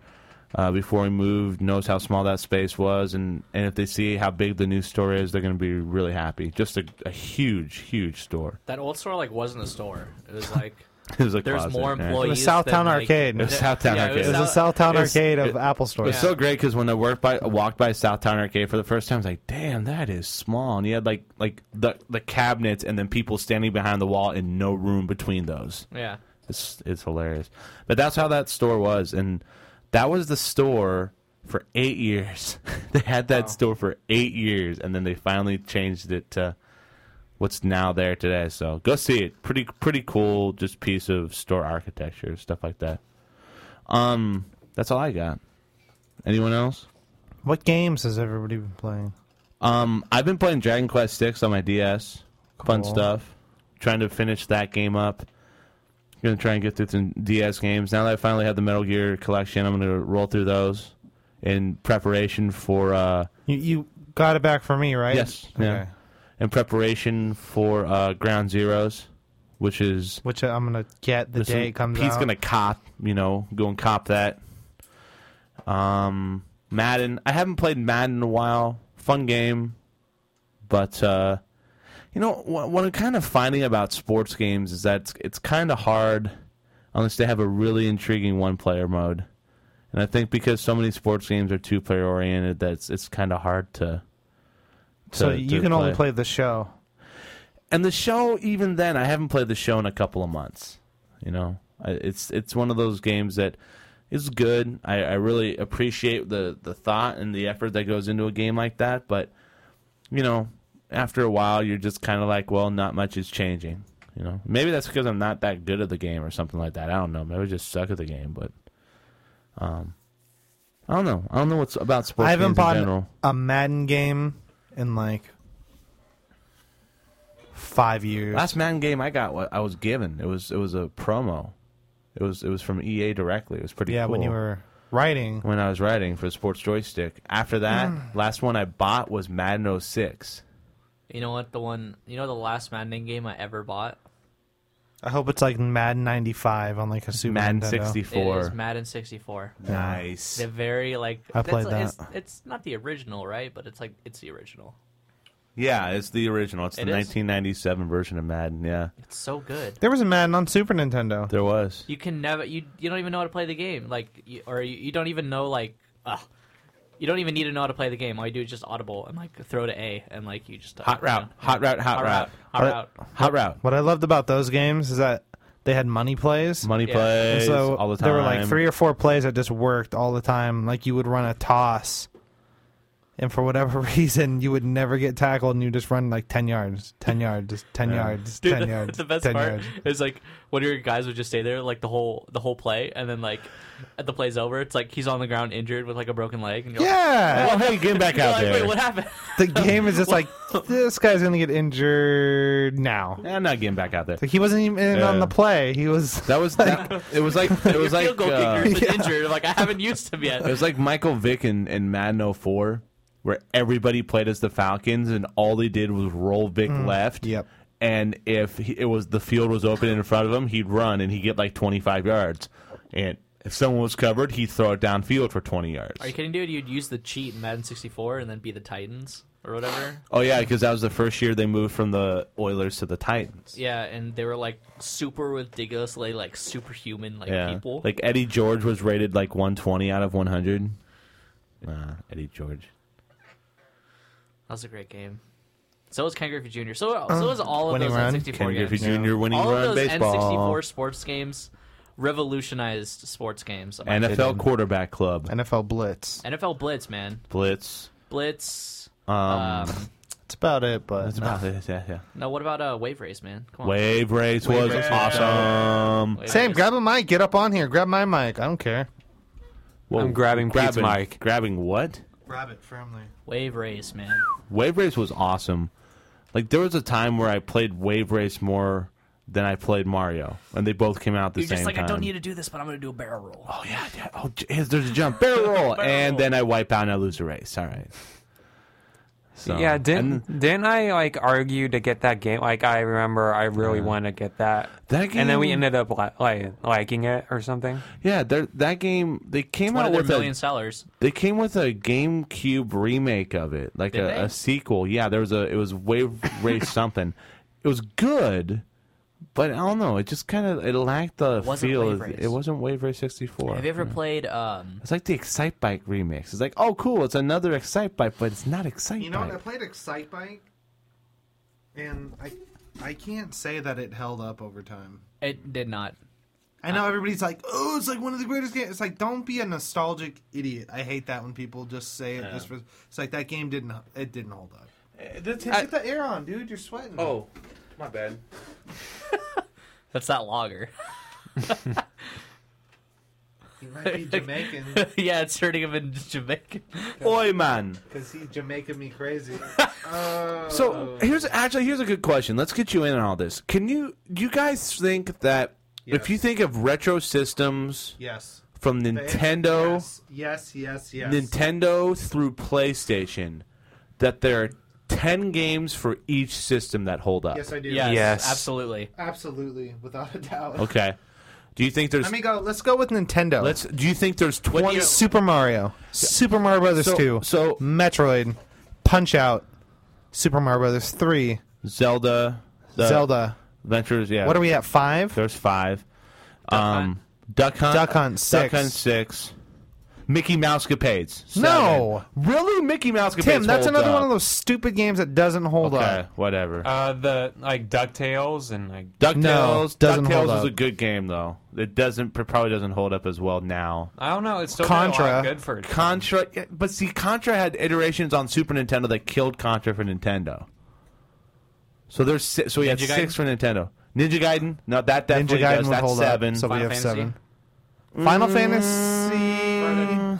Speaker 8: uh, before we moved knows how small that space was, and, and if they see how big the new store is, they're going to be really happy. Just a, a huge, huge store.
Speaker 11: That old store like wasn't a store. It was like
Speaker 8: It was a
Speaker 11: there's
Speaker 8: closet,
Speaker 11: more
Speaker 8: yeah.
Speaker 11: employees.
Speaker 9: It was Southtown
Speaker 11: than, like-
Speaker 9: Arcade. It
Speaker 8: was Southtown
Speaker 11: yeah,
Speaker 8: Arcade.
Speaker 9: It was the
Speaker 11: South-
Speaker 9: Southtown
Speaker 8: it's-
Speaker 9: Arcade of
Speaker 8: it-
Speaker 9: Apple Store.
Speaker 8: It was so great because when I worked by walked by Southtown Arcade for the first time, I was like, "Damn, that is small." And you had like like the the cabinets and then people standing behind the wall and no room between those.
Speaker 11: Yeah.
Speaker 8: It's it's hilarious, but that's how that store was, and that was the store for eight years. they had that store for eight years, and then they finally changed it to what's now there today. So go see it. Pretty pretty cool, just piece of store architecture stuff like that. Um, that's all I got. Anyone else?
Speaker 9: What games has everybody been playing?
Speaker 8: Um, I've been playing Dragon Quest Six on my DS. Fun
Speaker 9: Cool.
Speaker 8: stuff. Trying to finish that game up. gonna try and get through some DS games. Now that I finally have the Metal Gear collection, I'm gonna roll through those in preparation for uh,
Speaker 9: You, you got it back for me, right?
Speaker 8: yes, yeah,
Speaker 9: Okay.
Speaker 8: in preparation for uh, Ground Zeroes, which is
Speaker 9: Which uh, I'm gonna get the
Speaker 8: there's
Speaker 9: day
Speaker 8: some-
Speaker 9: it comes
Speaker 8: he's
Speaker 9: out.
Speaker 8: gonna cop, you know, go and cop that. Um, Madden. I haven't played Madden in a while. Fun game, but uh, you know what, what I'm kind of finding about sports games is that it's, it's kind of hard unless they have a really intriguing one-player mode. And I think because so many sports games are two-player oriented, that it's, it's kind of hard to. to
Speaker 9: so you
Speaker 8: to
Speaker 9: can only play the show.
Speaker 8: and the show even then i haven't played the show in a couple of months you know I, it's it's one of those games that is good I, I really appreciate the the thought and the effort that goes into a game like that but you know after a while you're just kind of like well not much is changing you know maybe that's because i'm not that good at the game or something like that i don't know maybe i just suck at the game but um i don't know i don't know what's about sports
Speaker 9: I haven't
Speaker 8: games in
Speaker 9: bought
Speaker 8: general
Speaker 9: a Madden game in like five years.
Speaker 8: Last Madden game I got, what I was given, it was it was a promo. It was it was from EA directly. It was pretty.
Speaker 9: yeah,
Speaker 8: cool.
Speaker 9: when you were writing.
Speaker 8: when I was writing for Sports Joystick. After
Speaker 9: Hmm.
Speaker 8: that, last one I bought was Madden 06.
Speaker 11: You know what? The one. You know the last Madden game I ever bought.
Speaker 9: I hope it's like Madden '95 on like a Super
Speaker 8: Madden
Speaker 9: Nintendo.
Speaker 11: It is
Speaker 8: 64.
Speaker 11: Madden 64.
Speaker 8: Nice.
Speaker 11: The very like.
Speaker 9: I played
Speaker 11: that's-
Speaker 9: that.
Speaker 11: It's, it's not the original, right? But it's like it's the original.
Speaker 8: Yeah, it's the original. It's the
Speaker 11: It is?
Speaker 8: 1997 version of Madden. Yeah,
Speaker 11: It's so good.
Speaker 9: There was a Madden on Super Nintendo.
Speaker 8: there was.
Speaker 11: You can never. You you don't even know how to play the game. Like you, or you, you don't even know like. Uh, you don't even need to know how to play the game. All you do is just audible and like throw to A and like you just
Speaker 8: Hot route, hot route, hot,
Speaker 11: Hot
Speaker 8: route,
Speaker 11: route, hot route.
Speaker 8: hot route.
Speaker 9: What I loved about those games is that they had money plays.
Speaker 8: Money
Speaker 11: Yeah.
Speaker 8: plays
Speaker 9: And so
Speaker 8: all the time.
Speaker 9: there were like three or four plays that just worked all the time. Like you would run a toss, and for whatever reason, you would never get tackled, and you just run like ten yards, ten yards, ten yards,
Speaker 11: Dude,
Speaker 9: ten
Speaker 11: the,
Speaker 9: yards.
Speaker 11: the best
Speaker 9: 10
Speaker 11: part
Speaker 9: yards.
Speaker 11: is like one of your guys would just stay there like the whole the whole play, and then like at the play's over, it's like he's on the ground injured with like a broken leg, and you're like,
Speaker 9: Yeah,
Speaker 8: Oh, hey, get back
Speaker 11: you're
Speaker 8: out
Speaker 11: like,
Speaker 8: there.
Speaker 11: wait, what happened?
Speaker 9: the game is just like this guy's gonna get injured now.
Speaker 8: Eh, I'm not getting back out there.
Speaker 9: Like he wasn't even in on
Speaker 8: Yeah.
Speaker 9: the play. He was.
Speaker 8: That was that, it. Was like it was
Speaker 11: Field
Speaker 8: like
Speaker 11: goal
Speaker 8: uh,
Speaker 11: kicker's been injured. Like I haven't used him
Speaker 8: it
Speaker 11: yet.
Speaker 8: was like Michael Vick in, in Madden 04, where everybody played as the Falcons and all they did was roll Vick left.
Speaker 9: Yep.
Speaker 8: And if he, it was the field was open in front of him, he'd run and he'd get like 25 yards. And if someone was covered, he'd throw it downfield for 20 yards.
Speaker 11: Are you kidding, dude? You'd use the cheat in Madden 64 and then be the Titans or whatever.
Speaker 8: Oh yeah, because that was the first year they moved from the Oilers to the Titans.
Speaker 11: Yeah, and they were like super ridiculously like superhuman like
Speaker 8: Yeah,
Speaker 11: people.
Speaker 8: like Eddie George was rated like 120 out of 100. Nah, Eddie George.
Speaker 11: that was a great game. So was Ken Griffey Jr. So
Speaker 9: Uh,
Speaker 11: so was all of
Speaker 9: Winning
Speaker 11: those
Speaker 9: run.
Speaker 8: Ken
Speaker 11: N64
Speaker 8: Griffey
Speaker 11: games.
Speaker 8: Jr. winning
Speaker 11: Oh, all
Speaker 8: run
Speaker 11: of those
Speaker 8: baseball.
Speaker 11: N64 sports games revolutionized sports games. Uh,
Speaker 8: NFL quarterback club.
Speaker 9: NFL Blitz.
Speaker 11: NFL Blitz, man,
Speaker 8: Blitz.
Speaker 11: Blitz.
Speaker 8: Um,
Speaker 11: Um,
Speaker 9: That's about it. But
Speaker 8: that's
Speaker 9: no.
Speaker 8: about it. Yeah, yeah.
Speaker 11: no, what about uh, Wave Race, man? Come on,
Speaker 8: Wave race was
Speaker 11: Race was
Speaker 8: awesome.
Speaker 11: Wave
Speaker 9: Sam,
Speaker 11: Race.
Speaker 9: grab a mic. Get up on here. Grab my mic. I don't care.
Speaker 8: Whoa,
Speaker 10: I'm grabbing Pete's mic.
Speaker 8: Grabbing what?
Speaker 9: Grab it firmly.
Speaker 11: Wave Race, man.
Speaker 8: Wave race was awesome. Like there was a time where I played Wave Race more than I played Mario, and they both came out at the
Speaker 11: You're
Speaker 8: same
Speaker 11: just like,
Speaker 8: time.
Speaker 11: I don't need to do this, but I'm gonna do a barrel roll.
Speaker 8: Oh yeah, yeah. Oh, j- yes, there's a jump, barrel roll, and then I wipe out and I lose a race. All right. So,
Speaker 10: yeah,
Speaker 8: and
Speaker 10: didn't didn't I like argue to get that game? Like I remember, I really want to get that.
Speaker 8: That
Speaker 10: and then we
Speaker 8: game-
Speaker 10: ended up li- like liking it or something.
Speaker 8: yeah, there- that game they came
Speaker 11: One
Speaker 8: out
Speaker 11: of their
Speaker 8: with
Speaker 11: million
Speaker 8: a,
Speaker 11: sellers.
Speaker 8: they came with a GameCube remake of it, like
Speaker 11: Did
Speaker 8: a,
Speaker 11: they?
Speaker 8: a sequel. Yeah, there was a it was Wave Race something. It was good, but I don't know. It just kind of it lacked the
Speaker 11: wasn't
Speaker 8: feel.
Speaker 11: Wave
Speaker 8: of-
Speaker 11: Race.
Speaker 8: It wasn't Wave Race sixty four.
Speaker 11: Have you ever played? Um,
Speaker 8: It's like the Excite Bike remix. It's like, oh, cool! It's another Excite Bike, but it's not Excite
Speaker 9: You know what? I
Speaker 8: Bike.
Speaker 9: played Excite Bike, and I I can't say that it held up over time.
Speaker 11: it did not.
Speaker 9: I know everybody's like, "Oh, it's like one of the greatest games." It's like, don't be a nostalgic idiot. I hate that when people just say it. Just for, it's like that game didn't it didn't hold up. Get Eh, the air on, dude. You're sweating.
Speaker 8: oh, my bad.
Speaker 11: That's that logger.
Speaker 9: he might be Jamaican
Speaker 11: yeah, it's hurting him in Jamaica.
Speaker 8: Oi, man.
Speaker 9: because he's Jamaican me crazy. Uh,
Speaker 8: So here's actually here's a good question. Let's get you in on all this. Can you do you guys think that if
Speaker 9: Yes.
Speaker 8: you think of retro systems
Speaker 9: Yes.
Speaker 8: from Nintendo,
Speaker 9: Yes. Yes. Yes.
Speaker 8: Nintendo through PlayStation, that there are ten games for each system that hold up?
Speaker 9: yes, I do.
Speaker 11: Yes,
Speaker 10: Yes.
Speaker 11: absolutely.
Speaker 9: Absolutely, without a doubt.
Speaker 8: Okay. Do you think there's
Speaker 9: Let me go. Let's go with Nintendo.
Speaker 8: let's do you think there's twenty?
Speaker 9: Super Mario, Super Mario Brothers
Speaker 8: So-
Speaker 9: Two,
Speaker 8: so-
Speaker 9: Mm. Metroid, Punch Out, Super Mario Brothers Three,
Speaker 8: Zelda, the
Speaker 9: Zelda.
Speaker 8: Adventures. Yeah.
Speaker 9: What are we at? Five.
Speaker 8: There's five. Um, Duck Hunt.
Speaker 9: Duck Hunt, six.
Speaker 8: Duck Hunt six. Mickey Mouse Capades.
Speaker 9: No.
Speaker 8: really, Mickey Mouse Capades.
Speaker 9: Tim, that's
Speaker 8: holds
Speaker 9: another
Speaker 8: up.
Speaker 9: one of those stupid games that doesn't hold
Speaker 8: uh, Okay,
Speaker 9: up.
Speaker 8: whatever.
Speaker 10: Uh, the like Ducktales and like
Speaker 9: no,
Speaker 8: Ducktales.
Speaker 9: doesn't
Speaker 8: Ducktales
Speaker 9: hold
Speaker 8: was
Speaker 9: up.
Speaker 8: a good game though. It doesn't probably doesn't hold up as well now.
Speaker 10: I don't know. It's still
Speaker 9: Contra.
Speaker 10: Contra. A lot good for it.
Speaker 8: Contra, yeah, but see, Contra had iterations on Super Nintendo that killed Contra for Nintendo. So there's si- so we had
Speaker 11: Ninja Gaiden?
Speaker 8: six for Nintendo. Ninja Gaiden, no, that definitely
Speaker 9: Ninja Gaiden
Speaker 8: does.
Speaker 9: would
Speaker 8: That's
Speaker 9: hold
Speaker 8: seven.
Speaker 9: up, so we
Speaker 11: Final
Speaker 9: have
Speaker 11: Fantasy?
Speaker 9: seven. Final Fantasy.
Speaker 11: Two and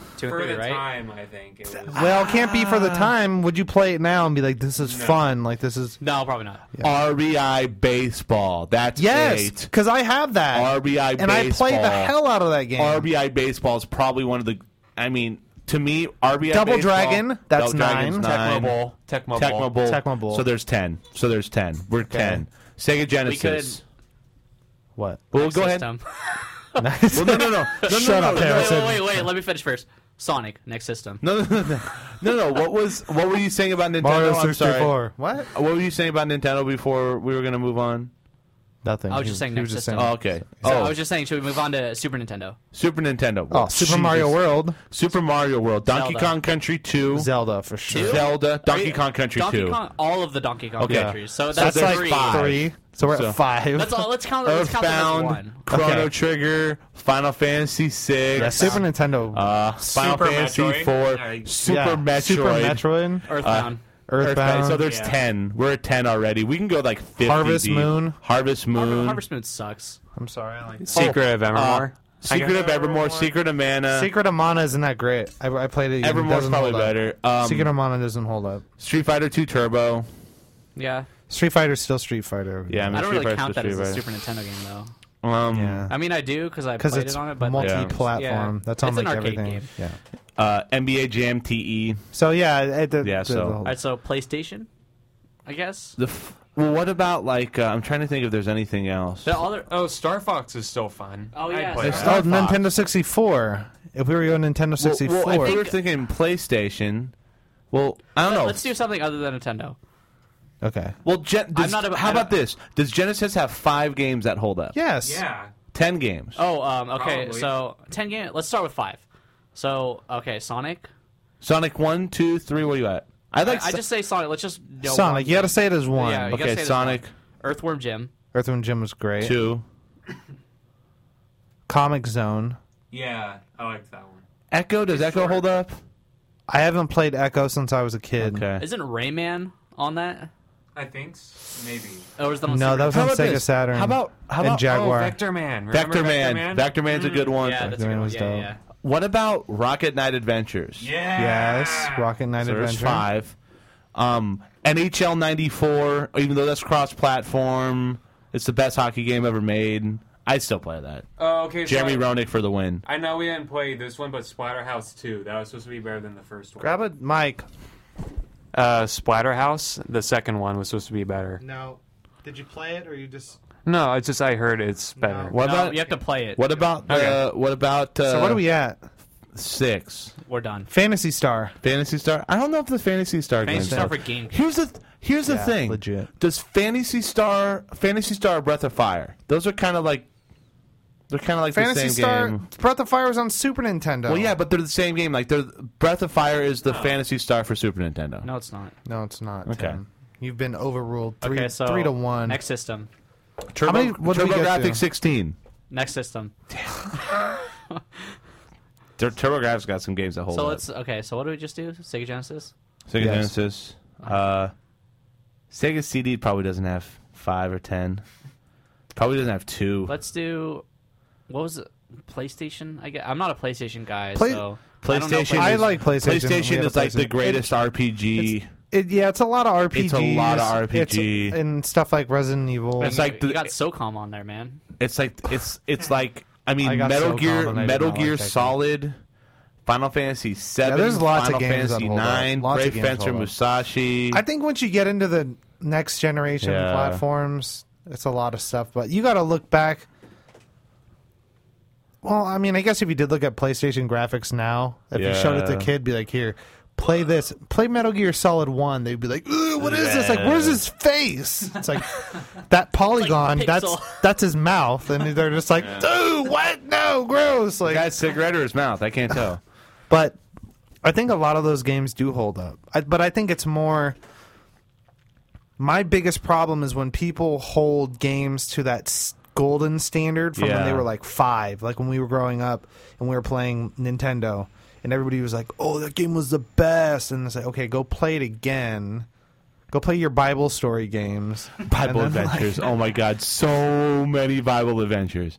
Speaker 10: Mm, for
Speaker 11: three,
Speaker 10: the
Speaker 11: right?
Speaker 10: time, I think. It was.
Speaker 9: Well, can't be for the time. Would you play it now and be like, "This is fun"? Like this is
Speaker 11: No, probably not.
Speaker 8: RBI Baseball. That's
Speaker 9: yes,
Speaker 8: eight.
Speaker 9: because I have that
Speaker 8: RBI
Speaker 9: and I
Speaker 8: Baseball.
Speaker 9: played the hell out of that game.
Speaker 8: RBI Baseball is probably one of the. I mean, to me, RBI
Speaker 9: Double
Speaker 8: Baseball-
Speaker 9: Dragon, that's
Speaker 8: Double Dragon's
Speaker 10: Tecmo
Speaker 9: nine.
Speaker 10: Bowl. Tecmo Bowl.
Speaker 8: Tecmo Bowl.
Speaker 9: Tecmo Bowl.
Speaker 8: So there's ten. So there's ten. We're ten. Sega Genesis.
Speaker 9: what?
Speaker 8: We will go ahead.
Speaker 11: System.
Speaker 8: Well, no, no, no, no, no,
Speaker 9: Shut
Speaker 8: no,
Speaker 9: up,
Speaker 8: no,
Speaker 11: Wait,
Speaker 9: Harrison.
Speaker 11: wait, wait, wait, Let me finish first. Sonic, next system.
Speaker 8: No, no, no, no, no, no. What was what were you saying about Nintendo?
Speaker 9: Mario
Speaker 8: I'm sorry.
Speaker 9: 64. What?
Speaker 8: What were you saying about Nintendo before we were going to move on?
Speaker 9: Nothing.
Speaker 11: I was
Speaker 9: He-
Speaker 11: just saying
Speaker 9: he
Speaker 11: next
Speaker 9: was just
Speaker 11: system.
Speaker 8: Oh, okay.
Speaker 11: So
Speaker 8: oh,
Speaker 11: I was just saying, should we move on to Super Nintendo?
Speaker 8: Super Nintendo.
Speaker 9: Oh,
Speaker 8: Well,
Speaker 9: Super Mario
Speaker 8: Jesus.
Speaker 9: World,
Speaker 8: Super Mario World. Donkey
Speaker 11: Zelda.
Speaker 8: Kong Country 2.
Speaker 9: Zelda for sure.
Speaker 8: Zelda.
Speaker 11: Are
Speaker 8: Donkey
Speaker 11: you-
Speaker 8: Kong Country
Speaker 11: Donkey
Speaker 8: 2.
Speaker 11: Kong, all of the Donkey Kong
Speaker 8: Okay.
Speaker 11: countries. So
Speaker 9: That's,
Speaker 11: that's,
Speaker 9: like
Speaker 11: three.
Speaker 9: three. So we're
Speaker 8: So-
Speaker 9: at five.
Speaker 11: That's all. Let's count. Let's count them as
Speaker 8: Earthbound,
Speaker 11: one.
Speaker 8: Chrono
Speaker 9: Okay.
Speaker 8: Trigger, Final Fantasy 6.
Speaker 9: yeah, Super Nintendo.
Speaker 8: Uh, Final
Speaker 10: Super
Speaker 8: Fantasy
Speaker 10: Metroid.
Speaker 8: Four,
Speaker 10: Alright.
Speaker 8: Super
Speaker 9: yeah,
Speaker 8: Metroid,
Speaker 9: Super Metroid,
Speaker 11: Earthbound.
Speaker 9: Uh,
Speaker 8: uh,
Speaker 9: Earthbound.
Speaker 8: So there's
Speaker 10: Yeah.
Speaker 8: ten. We're at ten already. We can go like fifty.
Speaker 9: Harvest
Speaker 8: deep.
Speaker 9: Moon.
Speaker 8: Harvest Moon, Uh,
Speaker 11: Harvest Moon sucks.
Speaker 9: I'm sorry, I like
Speaker 10: Secret of Evermore.
Speaker 8: Secret of Evermore, Secret of Mana.
Speaker 9: Secret of Mana isn't that great. I, I played it. It
Speaker 8: Evermore's
Speaker 9: doesn't
Speaker 8: probably
Speaker 9: hold up.
Speaker 8: better. Um,
Speaker 9: Secret of Mana doesn't hold up.
Speaker 8: Street Fighter Two Turbo.
Speaker 11: Yeah,
Speaker 9: Street Fighter's still Street Fighter.
Speaker 8: Yeah, mean,
Speaker 11: I don't
Speaker 8: Street
Speaker 11: really
Speaker 8: Fighter's
Speaker 11: count
Speaker 8: still
Speaker 11: that as a
Speaker 8: Street
Speaker 11: Super Nintendo game though.
Speaker 8: Fighter. Um,
Speaker 9: yeah,
Speaker 11: I mean, I do because I
Speaker 9: because
Speaker 11: played
Speaker 9: it's
Speaker 11: it on it, but like,
Speaker 9: multi-platform.
Speaker 11: Yeah.
Speaker 9: That's on
Speaker 11: It's an
Speaker 9: like
Speaker 11: arcade
Speaker 9: everything.
Speaker 11: game.
Speaker 9: Yeah.
Speaker 8: uh, NBA Jam TE.
Speaker 9: So yeah, it, it,
Speaker 8: Yeah,
Speaker 9: it-
Speaker 8: so-
Speaker 9: the whole-
Speaker 11: all right, so PlayStation, I guess.
Speaker 8: The f- well, what about like? Uh, I'm trying to think if there's anything else.
Speaker 11: The other,
Speaker 10: Oh, Star Fox is still fun.
Speaker 11: Oh,
Speaker 10: I'd
Speaker 11: yeah,
Speaker 10: play
Speaker 9: oh,
Speaker 11: Star
Speaker 10: that.
Speaker 9: Nintendo 64. If we were going Nintendo 64,
Speaker 8: Well, well, if we were thinking PlayStation. Well, I don't know.
Speaker 11: let's do something other than Nintendo.
Speaker 9: okay,
Speaker 8: Well, Gen- does,
Speaker 11: not a-
Speaker 8: how
Speaker 11: I don't-
Speaker 8: about this? Does Genesis have five games that hold up?
Speaker 9: yes,
Speaker 10: Yeah.
Speaker 8: Ten games.
Speaker 11: Oh, um, okay.
Speaker 10: Probably.
Speaker 11: So ten game. Let's start with five. So okay, Sonic.
Speaker 8: Sonic one, two, three. What are you at? I
Speaker 11: I,
Speaker 8: like.
Speaker 11: I just say Sonic. Let's just know
Speaker 9: Sonic.
Speaker 11: one.
Speaker 9: You got to say it as one.
Speaker 11: Yeah, you gotta
Speaker 8: okay,
Speaker 11: say this
Speaker 8: Sonic
Speaker 11: Earthworm Jim.
Speaker 9: Earthworm Jim was great.
Speaker 8: two,
Speaker 9: Comic Zone.
Speaker 10: Yeah, I liked that one.
Speaker 8: Echo. Does Echo hold up?
Speaker 9: I haven't played Echo since I was a kid.
Speaker 8: Okay.
Speaker 11: Isn't Rayman on that?
Speaker 10: I think s- maybe.
Speaker 11: Or is that on
Speaker 9: No,
Speaker 11: Super
Speaker 9: that was
Speaker 8: How
Speaker 9: on
Speaker 8: about
Speaker 9: Sega
Speaker 8: this?
Speaker 9: Saturn.
Speaker 8: How about- how
Speaker 9: and
Speaker 8: about-
Speaker 9: Jaguar?
Speaker 10: Oh, Vector Man. Remember
Speaker 8: Vector Man. Vector Man's a good one.
Speaker 11: Yeah, that's a
Speaker 9: Rayman
Speaker 11: good one.
Speaker 9: was
Speaker 11: Yeah,
Speaker 9: dope.
Speaker 11: yeah,
Speaker 8: What about Rocket Knight Adventures?
Speaker 10: Yeah.
Speaker 9: yes, Rocket Knight
Speaker 8: So there's
Speaker 9: Adventure.
Speaker 8: five. Um, NHL '94. Even though that's cross-platform, it's the best hockey game ever made. I still play that.
Speaker 10: Oh, okay. so
Speaker 8: Jeremy
Speaker 10: I-
Speaker 8: Roenick for the win.
Speaker 10: I know we didn't play this one, but Splatterhouse 2. That was supposed to be better than the first one.
Speaker 9: Grab a mic.
Speaker 10: Uh, Splatterhouse, the second one, was supposed to be better.
Speaker 9: No, did you play it or you just?
Speaker 10: No, it's just I heard it's better.
Speaker 11: yeah.
Speaker 8: What
Speaker 11: No,
Speaker 8: about
Speaker 11: you have to play it.
Speaker 8: what about uh,
Speaker 10: Okay.
Speaker 8: what about uh,
Speaker 9: So what are we at?
Speaker 8: six
Speaker 11: We're done.
Speaker 9: Fantasy Star.
Speaker 8: Fantasy Star? I don't know if the Fantasy Star
Speaker 11: Fantasy
Speaker 8: games
Speaker 11: Star for game.
Speaker 8: Here's the th- here's the
Speaker 9: Yeah,
Speaker 8: thing.
Speaker 9: legit.
Speaker 8: Does Fantasy Star Fantasy Star Breath of Fire? Those are kind of like they're kind of like
Speaker 9: Fantasy
Speaker 8: the same
Speaker 9: Star.
Speaker 8: game.
Speaker 9: Breath of Fire was on Super Nintendo.
Speaker 8: Well, yeah, but they're the same game. Like, they're Breath of Fire is the Fantasy Star for Super Nintendo.
Speaker 11: No, it's not.
Speaker 9: No, it's not.
Speaker 8: Okay.
Speaker 9: Tim. You've been overruled three
Speaker 11: Okay, so
Speaker 9: three to one.
Speaker 11: Next system.
Speaker 9: How
Speaker 8: Turbo,
Speaker 9: many- what did we get
Speaker 8: TurboGrafx
Speaker 9: to?
Speaker 8: 16.
Speaker 11: Next system.
Speaker 8: Tur- TurboGrafx got some games that hold
Speaker 11: So
Speaker 8: up.
Speaker 11: let's okay. So what do we just do? Sega Genesis.
Speaker 8: Sega
Speaker 9: Yes.
Speaker 8: Genesis. Uh, Sega CD probably doesn't have five or ten. Probably doesn't have two.
Speaker 11: Let's do. What was it? PlayStation? I guess. I'm not a PlayStation guy,
Speaker 9: Play-
Speaker 11: so I don't know
Speaker 8: PlayStation.
Speaker 9: I
Speaker 8: is,
Speaker 9: like PlayStation. We
Speaker 8: PlayStation
Speaker 9: had a
Speaker 8: is like the
Speaker 9: PlayStation.
Speaker 8: greatest RPG. It's,
Speaker 9: It, yeah, it's a lot of RPGs.
Speaker 8: It's a lot of
Speaker 9: It's-
Speaker 8: RPG.
Speaker 9: and stuff like Resident Evil.
Speaker 8: It's
Speaker 11: You-
Speaker 8: like the-
Speaker 11: you got SOCOM on there, man.
Speaker 8: like it's it's like I mean
Speaker 9: I got
Speaker 8: Metal
Speaker 9: so
Speaker 8: Gear
Speaker 9: dominated
Speaker 8: Metal
Speaker 9: by
Speaker 8: Gear
Speaker 9: Tekken.
Speaker 8: Solid, Final Fantasy Seven,
Speaker 9: there's lots of
Speaker 8: Final
Speaker 9: games that
Speaker 8: Fantasy
Speaker 9: hold up.
Speaker 8: Nine,
Speaker 9: Lots of
Speaker 8: Brave
Speaker 9: games
Speaker 8: Fencer
Speaker 9: hold up.
Speaker 8: Musashi.
Speaker 9: I think once you get into the next generation
Speaker 8: Yeah.
Speaker 9: platforms, it's a lot of stuff. But you got to look back. Well, I mean, I guess if you did look at PlayStation graphics now, if you showed it to a
Speaker 8: Yeah.
Speaker 9: kid, be like, "Here, play this. Play Metal Gear Solid One." They'd be like, "Ooh, what is this? Like, where's his face?" It's like that polygon. that's
Speaker 11: pixel.
Speaker 9: that's his mouth, and they're just like, "Dude, what? No, gross!" Like,
Speaker 8: Guy's cigarette or his mouth? I can't tell.
Speaker 9: but I think a lot of those games do hold up. I, but I think it's more. My biggest problem is when people hold games to that s- golden standard from when
Speaker 8: Yeah.
Speaker 9: they were like five, like when we were growing up and we were playing Nintendo, and everybody was like, "Oh, that game was the best," and it's like, "Okay, go play it again." Go play your Bible story games.
Speaker 8: Bible
Speaker 9: And then, like,
Speaker 8: Adventures. oh my God, so many Bible Adventures.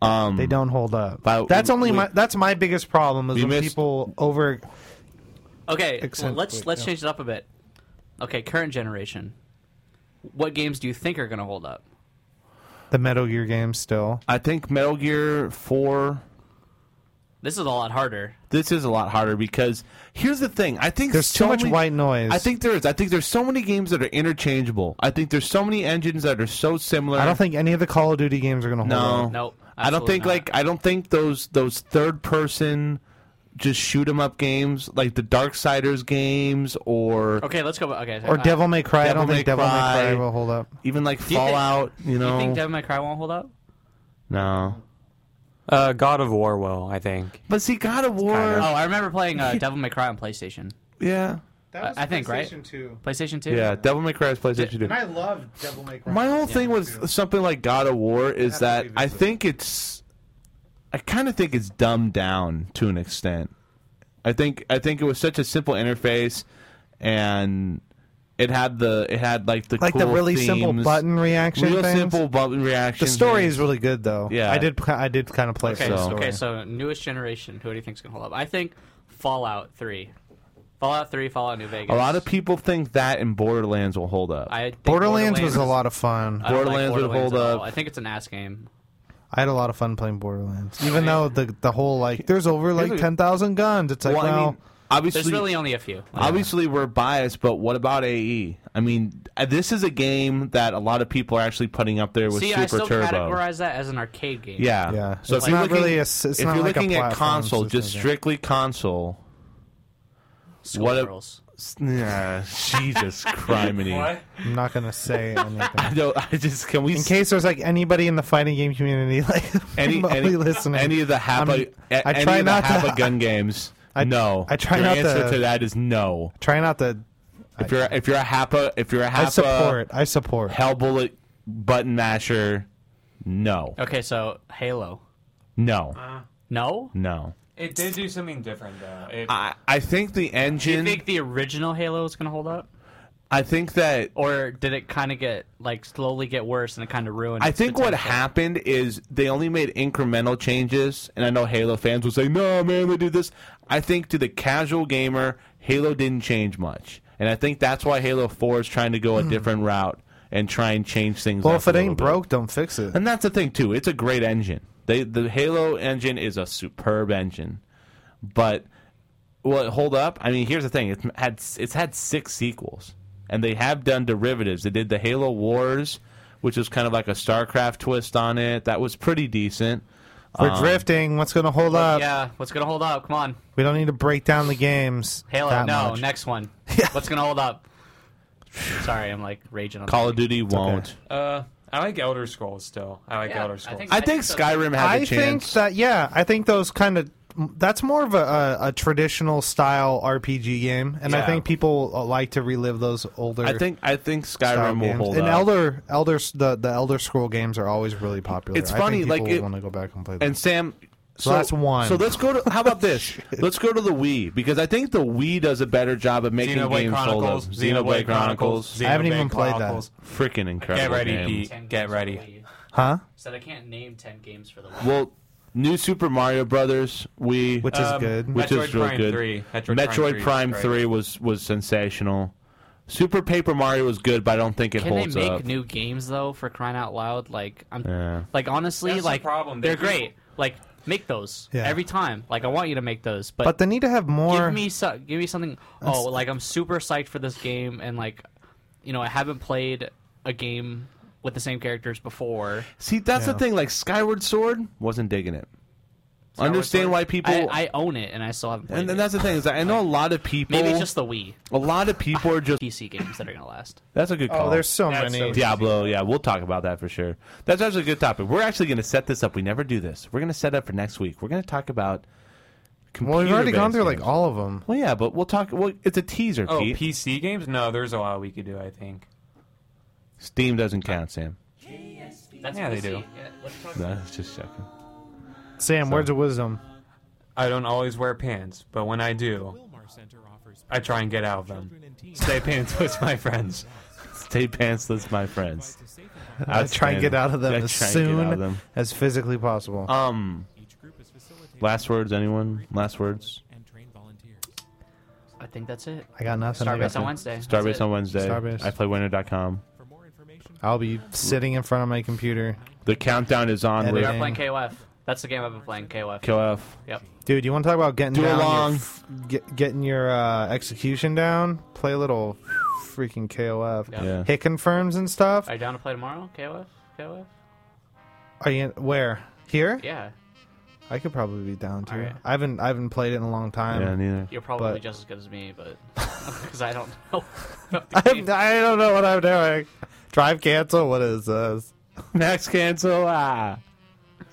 Speaker 9: they don't hold up.
Speaker 8: Hmm. But
Speaker 9: that's only
Speaker 8: we-
Speaker 9: my that's my biggest problem is
Speaker 8: We
Speaker 9: when
Speaker 8: missed-
Speaker 9: people over
Speaker 11: Okay,
Speaker 9: Except-
Speaker 11: let's
Speaker 9: wait,
Speaker 11: let's
Speaker 9: no.
Speaker 11: change it up a bit. Okay, current generation. What games do you think are going to hold up?
Speaker 9: the Metal Gear games still.
Speaker 8: I think Metal Gear Four.
Speaker 11: This is a lot harder.
Speaker 8: This is a lot harder because here's the thing. I think
Speaker 9: There's
Speaker 8: so
Speaker 9: too much
Speaker 8: many-
Speaker 9: white noise.
Speaker 8: I think there is. I think there's so many games that are interchangeable. I think there's so many engines that are so similar.
Speaker 9: I don't think any of the Call of Duty games are going to hold
Speaker 8: No.
Speaker 9: up.
Speaker 11: Nope,
Speaker 8: I don't
Speaker 11: absolutely
Speaker 8: think
Speaker 11: not.
Speaker 8: like I don't think those those third person just shoot 'em up games like the Darksiders games or
Speaker 11: Okay, let's go. back- Okay,
Speaker 9: Or
Speaker 11: I-
Speaker 9: Devil May Cry.
Speaker 8: Devil
Speaker 9: I don't think
Speaker 8: May
Speaker 9: Devil May
Speaker 8: Cry.
Speaker 9: Cry will hold up.
Speaker 8: even like
Speaker 11: you think-
Speaker 8: Fallout, you
Speaker 11: You
Speaker 8: know.
Speaker 11: think Devil May Cry won't hold up?
Speaker 8: no.
Speaker 10: Uh, God of War will, I think.
Speaker 8: But see God of War,
Speaker 11: Oh, I remember playing uh, Devil May Cry on PlayStation.
Speaker 8: yeah.
Speaker 9: That
Speaker 11: was I think, right? PlayStation PlayStation 2?
Speaker 8: Yeah, Devil May Cry is PlayStation 2.
Speaker 9: I love Devil May Cry.
Speaker 8: My whole thing with something like God of War is
Speaker 9: Have to
Speaker 8: that I
Speaker 9: revisit.
Speaker 8: think it's, I kind of think it's dumbed down to an extent. I think I think it was such a simple interface, and it had the it had like the
Speaker 9: like the
Speaker 8: cool
Speaker 9: really simple
Speaker 8: themes,
Speaker 9: button reaction.
Speaker 8: real
Speaker 9: things.
Speaker 8: simple button reaction.
Speaker 9: The story is really good though.
Speaker 8: Yeah.
Speaker 9: I did. pl- I did kind of play
Speaker 11: Okay,
Speaker 9: for the
Speaker 11: so.
Speaker 9: story.
Speaker 11: okay, so newest generation. Who do you think's gonna hold up? I think Fallout Three, Fallout Three, Fallout New Vegas.
Speaker 8: A lot of people think that and Borderlands will hold up.
Speaker 11: I think
Speaker 9: Borderlands was a lot of fun.
Speaker 11: I don't
Speaker 8: Borderlands would
Speaker 11: Borderlands
Speaker 8: hold
Speaker 11: at
Speaker 8: up.
Speaker 11: all. I think it's an ass game.
Speaker 9: I had a lot of fun playing Borderlands, even though the the whole like there's over like ten thousand guns. It's like
Speaker 8: well,
Speaker 9: well,
Speaker 8: I mean,
Speaker 11: There's
Speaker 8: obviously,
Speaker 11: really only a few.
Speaker 8: Obviously, we're biased, but what about AE? I mean, uh, this is a game that a lot of people are actually putting up there with
Speaker 11: See,
Speaker 8: Super
Speaker 11: I still
Speaker 8: Turbo.
Speaker 11: categorize that as an arcade game.
Speaker 8: Yeah,
Speaker 9: Yeah.
Speaker 8: So
Speaker 9: It's
Speaker 8: if you're
Speaker 9: not
Speaker 8: looking,
Speaker 9: really a s- it's
Speaker 8: if
Speaker 9: not
Speaker 8: you're
Speaker 9: like a
Speaker 8: looking at
Speaker 9: platform
Speaker 8: console,
Speaker 9: system
Speaker 8: just
Speaker 9: game.
Speaker 8: strictly console. What a-
Speaker 11: Schoolgirls.
Speaker 8: Yeah, Jesus criminy!
Speaker 9: I'm not gonna say anything.
Speaker 8: No, I just can we
Speaker 9: In
Speaker 8: s-
Speaker 9: case there's like anybody in the fighting game community like
Speaker 8: any
Speaker 9: remotely
Speaker 8: any,
Speaker 9: listening,
Speaker 8: any of the half
Speaker 9: I'm-
Speaker 8: a, a-
Speaker 9: I
Speaker 8: any
Speaker 9: try
Speaker 8: of the
Speaker 9: not to-
Speaker 8: half a gun games?
Speaker 9: I-
Speaker 8: no,
Speaker 9: I try
Speaker 8: Your
Speaker 9: not
Speaker 8: answer
Speaker 9: to-
Speaker 8: to that is no.
Speaker 9: try not to.
Speaker 8: If you're if you're a Happa if you're a
Speaker 9: I
Speaker 8: Happa
Speaker 9: support. I support.
Speaker 8: Hell Bullet button masher, no,
Speaker 11: Okay, so Halo.
Speaker 8: no,
Speaker 9: Uh-huh.
Speaker 11: No.
Speaker 8: no.
Speaker 10: It did do something different though. It,
Speaker 8: I, I think the
Speaker 11: Do you
Speaker 8: engine.
Speaker 11: think the original Halo is gonna hold up,
Speaker 8: I think that
Speaker 11: or did it kind of get like slowly get worse and it kind of ruined?
Speaker 8: I
Speaker 11: its
Speaker 8: think what
Speaker 11: potential?
Speaker 8: happened is they only made incremental changes, and I know Halo fans will say, "No, man, they do this." I think to the casual gamer, Halo didn't change much, and I think that's why Halo Four is trying to go a different route and try and change things.
Speaker 9: Hmm. Well,
Speaker 8: up
Speaker 9: if it
Speaker 8: a little
Speaker 9: ain't
Speaker 8: bit.
Speaker 9: broke, don't fix it.
Speaker 8: and that's the thing too. It's a great engine. They the Halo engine is a superb engine, but well, hold up. I mean, here's the thing. It's had it's had six sequels, and they have done derivatives. They did the Halo Wars, which was kind of like a StarCraft twist on it. That was pretty decent.
Speaker 9: We're
Speaker 8: Um,
Speaker 9: drifting. What's gonna hold
Speaker 8: uh,
Speaker 9: up?
Speaker 11: Yeah, what's gonna hold up? Come on,
Speaker 9: We don't need to break down the games.
Speaker 11: Halo.
Speaker 9: that
Speaker 11: no,
Speaker 9: much.
Speaker 11: next one. What's gonna hold up? Sorry, I'm like raging on.
Speaker 8: Call of Duty won't.
Speaker 10: uh, I like Elder Scrolls still. I like
Speaker 11: Yeah,
Speaker 10: Elder
Speaker 11: I
Speaker 10: Scrolls.
Speaker 11: think-
Speaker 8: I think
Speaker 11: so.
Speaker 8: Skyrim has a
Speaker 9: I think
Speaker 8: chance.
Speaker 9: that yeah, I think those kind of that's more of a, a, a traditional style RPG game, and I
Speaker 10: Yeah.
Speaker 9: think people uh, like to relive those older.
Speaker 8: I think I think
Speaker 9: style
Speaker 8: Skyrim will
Speaker 9: games.
Speaker 8: hold
Speaker 9: and
Speaker 8: up.
Speaker 9: Elder Elder the the Elder Scroll games are always really popular.
Speaker 8: It's funny, like, it-
Speaker 9: want to go back and play. them.
Speaker 8: And Sam, so,
Speaker 9: that's one.
Speaker 8: So let's go to how about
Speaker 11: Oh,
Speaker 8: this? let's go to the Wii because I think the Wii does a better job of making
Speaker 10: Xenoblade
Speaker 8: games
Speaker 10: Chronicles,
Speaker 8: solo.
Speaker 10: Xenoblade Chronicles.
Speaker 9: I haven't even
Speaker 10: Xenoblade
Speaker 9: played that.
Speaker 10: Chronicles.
Speaker 8: freaking incredible.
Speaker 10: Get ready,
Speaker 8: games.
Speaker 10: Pete. Get ready.
Speaker 9: huh?
Speaker 11: Said I can't name ten games for the. Wii.
Speaker 8: Well, new Super Mario Brothers. We
Speaker 9: Which is
Speaker 10: Um,
Speaker 9: good.
Speaker 8: which is
Speaker 10: Metroid
Speaker 8: real
Speaker 10: Prime
Speaker 8: good.
Speaker 10: 3.
Speaker 8: Metroid,
Speaker 10: Metroid Prime
Speaker 8: Prime,
Speaker 10: 3 is
Speaker 8: Three
Speaker 10: great.
Speaker 8: was was sensational. Super Paper Mario was good, but I don't think it
Speaker 11: Can they
Speaker 8: holds
Speaker 11: make
Speaker 8: up.
Speaker 11: new games though? For crying out loud! Like I'm,
Speaker 8: Yeah.
Speaker 11: like honestly,
Speaker 10: That's the
Speaker 11: like
Speaker 10: problem. They
Speaker 11: They're
Speaker 10: do-
Speaker 11: great. Like make those
Speaker 9: Yeah.
Speaker 11: every time. Like I want you to make those, but,
Speaker 9: but they need to have more.
Speaker 11: give me so, give me something. Oh, like I'm super psyched for this game, and like, you know, I haven't played a game with the same characters before.
Speaker 8: See, that's the
Speaker 9: Yeah.
Speaker 8: thing. Like Skyward Sword wasn't digging it. Understand
Speaker 10: Sword?
Speaker 8: why people.
Speaker 11: I, I own it, and I still haven't. Played
Speaker 8: and, and
Speaker 11: it.
Speaker 8: that's the thing is that I know a lot of people.
Speaker 11: maybe it's just the Wii
Speaker 8: a lot of people are just.
Speaker 11: PC games that are gonna last.
Speaker 8: That's a good call.
Speaker 9: oh, there's so
Speaker 10: That's
Speaker 9: many.
Speaker 10: so-
Speaker 8: Diablo, yeah, we'll talk about that for sure. That's actually a good topic. We're actually going to set this up. We never do this. We're going to set up for next week. We're going to talk about.
Speaker 9: well, we've already gone
Speaker 8: computer-based
Speaker 9: through like
Speaker 8: games.
Speaker 9: all of them.
Speaker 8: Well, yeah, but we'll talk. Well, it's a teaser,
Speaker 10: Oh,
Speaker 8: Pete.
Speaker 10: PC games? No, there's a lot we could do. I think.
Speaker 8: Steam doesn't count, Sam.
Speaker 11: That's
Speaker 10: Yeah, they do.
Speaker 8: No, it's just checking.
Speaker 9: Sam, words of wisdom.
Speaker 10: I don't always wear pants, but when I do, I try and get out of them. Stay pants with my friends.
Speaker 8: Stay pantsless, my friends.
Speaker 9: I try and get out of them
Speaker 8: Yeah,
Speaker 9: as
Speaker 8: try and get out
Speaker 9: soon
Speaker 8: of them.
Speaker 9: as physically possible.
Speaker 8: Um, last words, anyone? Last words.
Speaker 11: I think that's it.
Speaker 9: I got nothing. I got
Speaker 11: Starbase on
Speaker 9: nothing.
Speaker 11: Wednesday.
Speaker 8: Starbase on Wednesday.
Speaker 9: Starbase.
Speaker 8: I play winner.com.
Speaker 9: I'll be sitting in front of my computer.
Speaker 8: The countdown is on.
Speaker 9: Editing.
Speaker 8: With
Speaker 11: We are playing KOF. That's the game I've been playing. KOF.
Speaker 8: KOF.
Speaker 11: Yep.
Speaker 9: Dude, you want to talk about getting
Speaker 8: Do
Speaker 9: down
Speaker 8: along.
Speaker 9: Your f- get, getting your uh, execution down? Play a little freaking KOF.
Speaker 11: Yeah.
Speaker 8: Yeah.
Speaker 9: Hit confirms and stuff.
Speaker 11: Are you down to play tomorrow? KOF. KOF.
Speaker 9: Are you where? Here?
Speaker 11: Yeah.
Speaker 9: I could probably be down to.
Speaker 11: Alright.
Speaker 9: I haven't I haven't played it in a long time.
Speaker 8: Oh, yeah, neither.
Speaker 11: You're probably
Speaker 9: But-
Speaker 11: just as good as me, but because I don't know.
Speaker 9: I, have- I don't know what I'm doing. Drive cancel. What is this?
Speaker 8: Max cancel. Ah.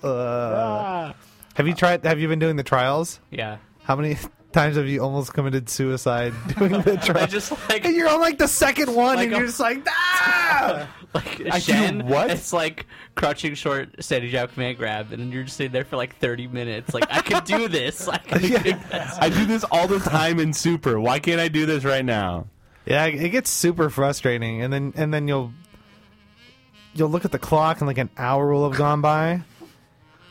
Speaker 9: Uh, have you tried? Have you been doing the trials?
Speaker 11: yeah,
Speaker 9: How many times have you almost committed suicide doing the
Speaker 11: I
Speaker 9: trials?
Speaker 11: just like
Speaker 9: and you're on like the second one,
Speaker 11: Like
Speaker 9: and
Speaker 11: a-
Speaker 9: you're just like, ah!
Speaker 11: like
Speaker 8: do
Speaker 11: Shen.
Speaker 8: what?
Speaker 11: It's like crouching short, standing jab, command grab, and you're just sitting there for like 30 minutes. Like I could do this. Like I could do this.
Speaker 8: I do this all the time in Super. Why can't I do this right now?
Speaker 9: yeah, it gets super frustrating, and then and then you'll you'll look at the clock, and like an hour will have gone by,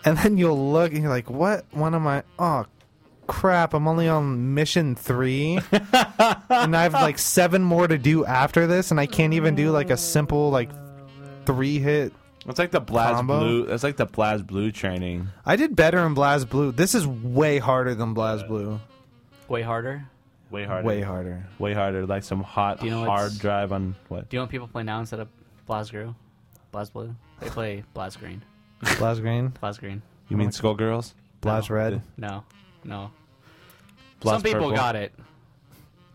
Speaker 9: and then you'll look, and you're like, what? One of my oh. Crap! I'm only on mission three, and I have like seven more to do after this, and I can't even do like a simple like three hit
Speaker 8: That's like the Blaz
Speaker 9: Combo?
Speaker 8: Blue. That's like the Blaz Blue training.
Speaker 9: I did better in Blaz Blue. This is way harder than Blaz Blue.
Speaker 11: Way harder.
Speaker 8: Way harder.
Speaker 9: Way harder.
Speaker 8: Way harder. Like some hot
Speaker 11: you know what's-
Speaker 8: hard drive on what?
Speaker 11: Do you know what people play now instead of Blazgru? Blazblue? They play Blazgreen.
Speaker 9: Blaz Green,
Speaker 11: Blazgreen.
Speaker 8: You mean Skullgirls?
Speaker 9: Blaz Red.
Speaker 11: No, no.
Speaker 8: Blaz
Speaker 11: Some people
Speaker 8: Purple?
Speaker 11: got it.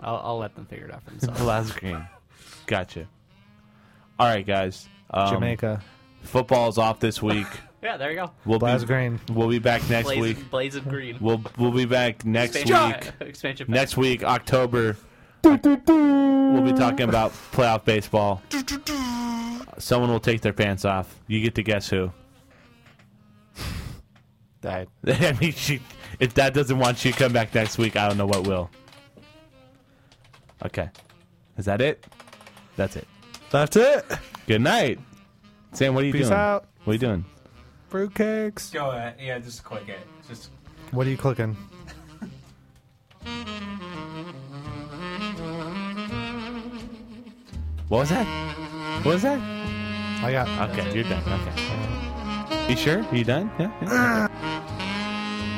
Speaker 11: I'll, I'll let them figure it out for themselves.
Speaker 8: Blaz Green. Gotcha. All right, guys. Um,
Speaker 9: Jamaica.
Speaker 8: Football's off this week.
Speaker 11: yeah, there you go.
Speaker 8: We'll
Speaker 9: Blaz
Speaker 8: be,
Speaker 9: Green.
Speaker 8: We'll be back next
Speaker 11: Blaze,
Speaker 8: week.
Speaker 11: Blaze of Green.
Speaker 8: We'll we'll be back next week.
Speaker 11: Expansion, expansion pack.
Speaker 8: Next week, October. We'll be talking about playoff baseball. Someone will take their pants off. You get to guess who.
Speaker 9: Died.
Speaker 8: I mean, she, if that doesn't want you to come back next week, I don't know what will. Okay. Is that it? That's it.
Speaker 9: That's it.
Speaker 8: Good night. Sam, what are you
Speaker 9: Peace
Speaker 8: doing?
Speaker 9: out.
Speaker 8: What are you doing?
Speaker 9: Fruitcakes.
Speaker 10: Go ahead. Yeah, just click it. Just
Speaker 9: What are you clicking?
Speaker 8: What was that? What was that?
Speaker 9: I got.
Speaker 8: Okay, you're done. Okay. You sure? Are you done? Yeah. yeah. Okay.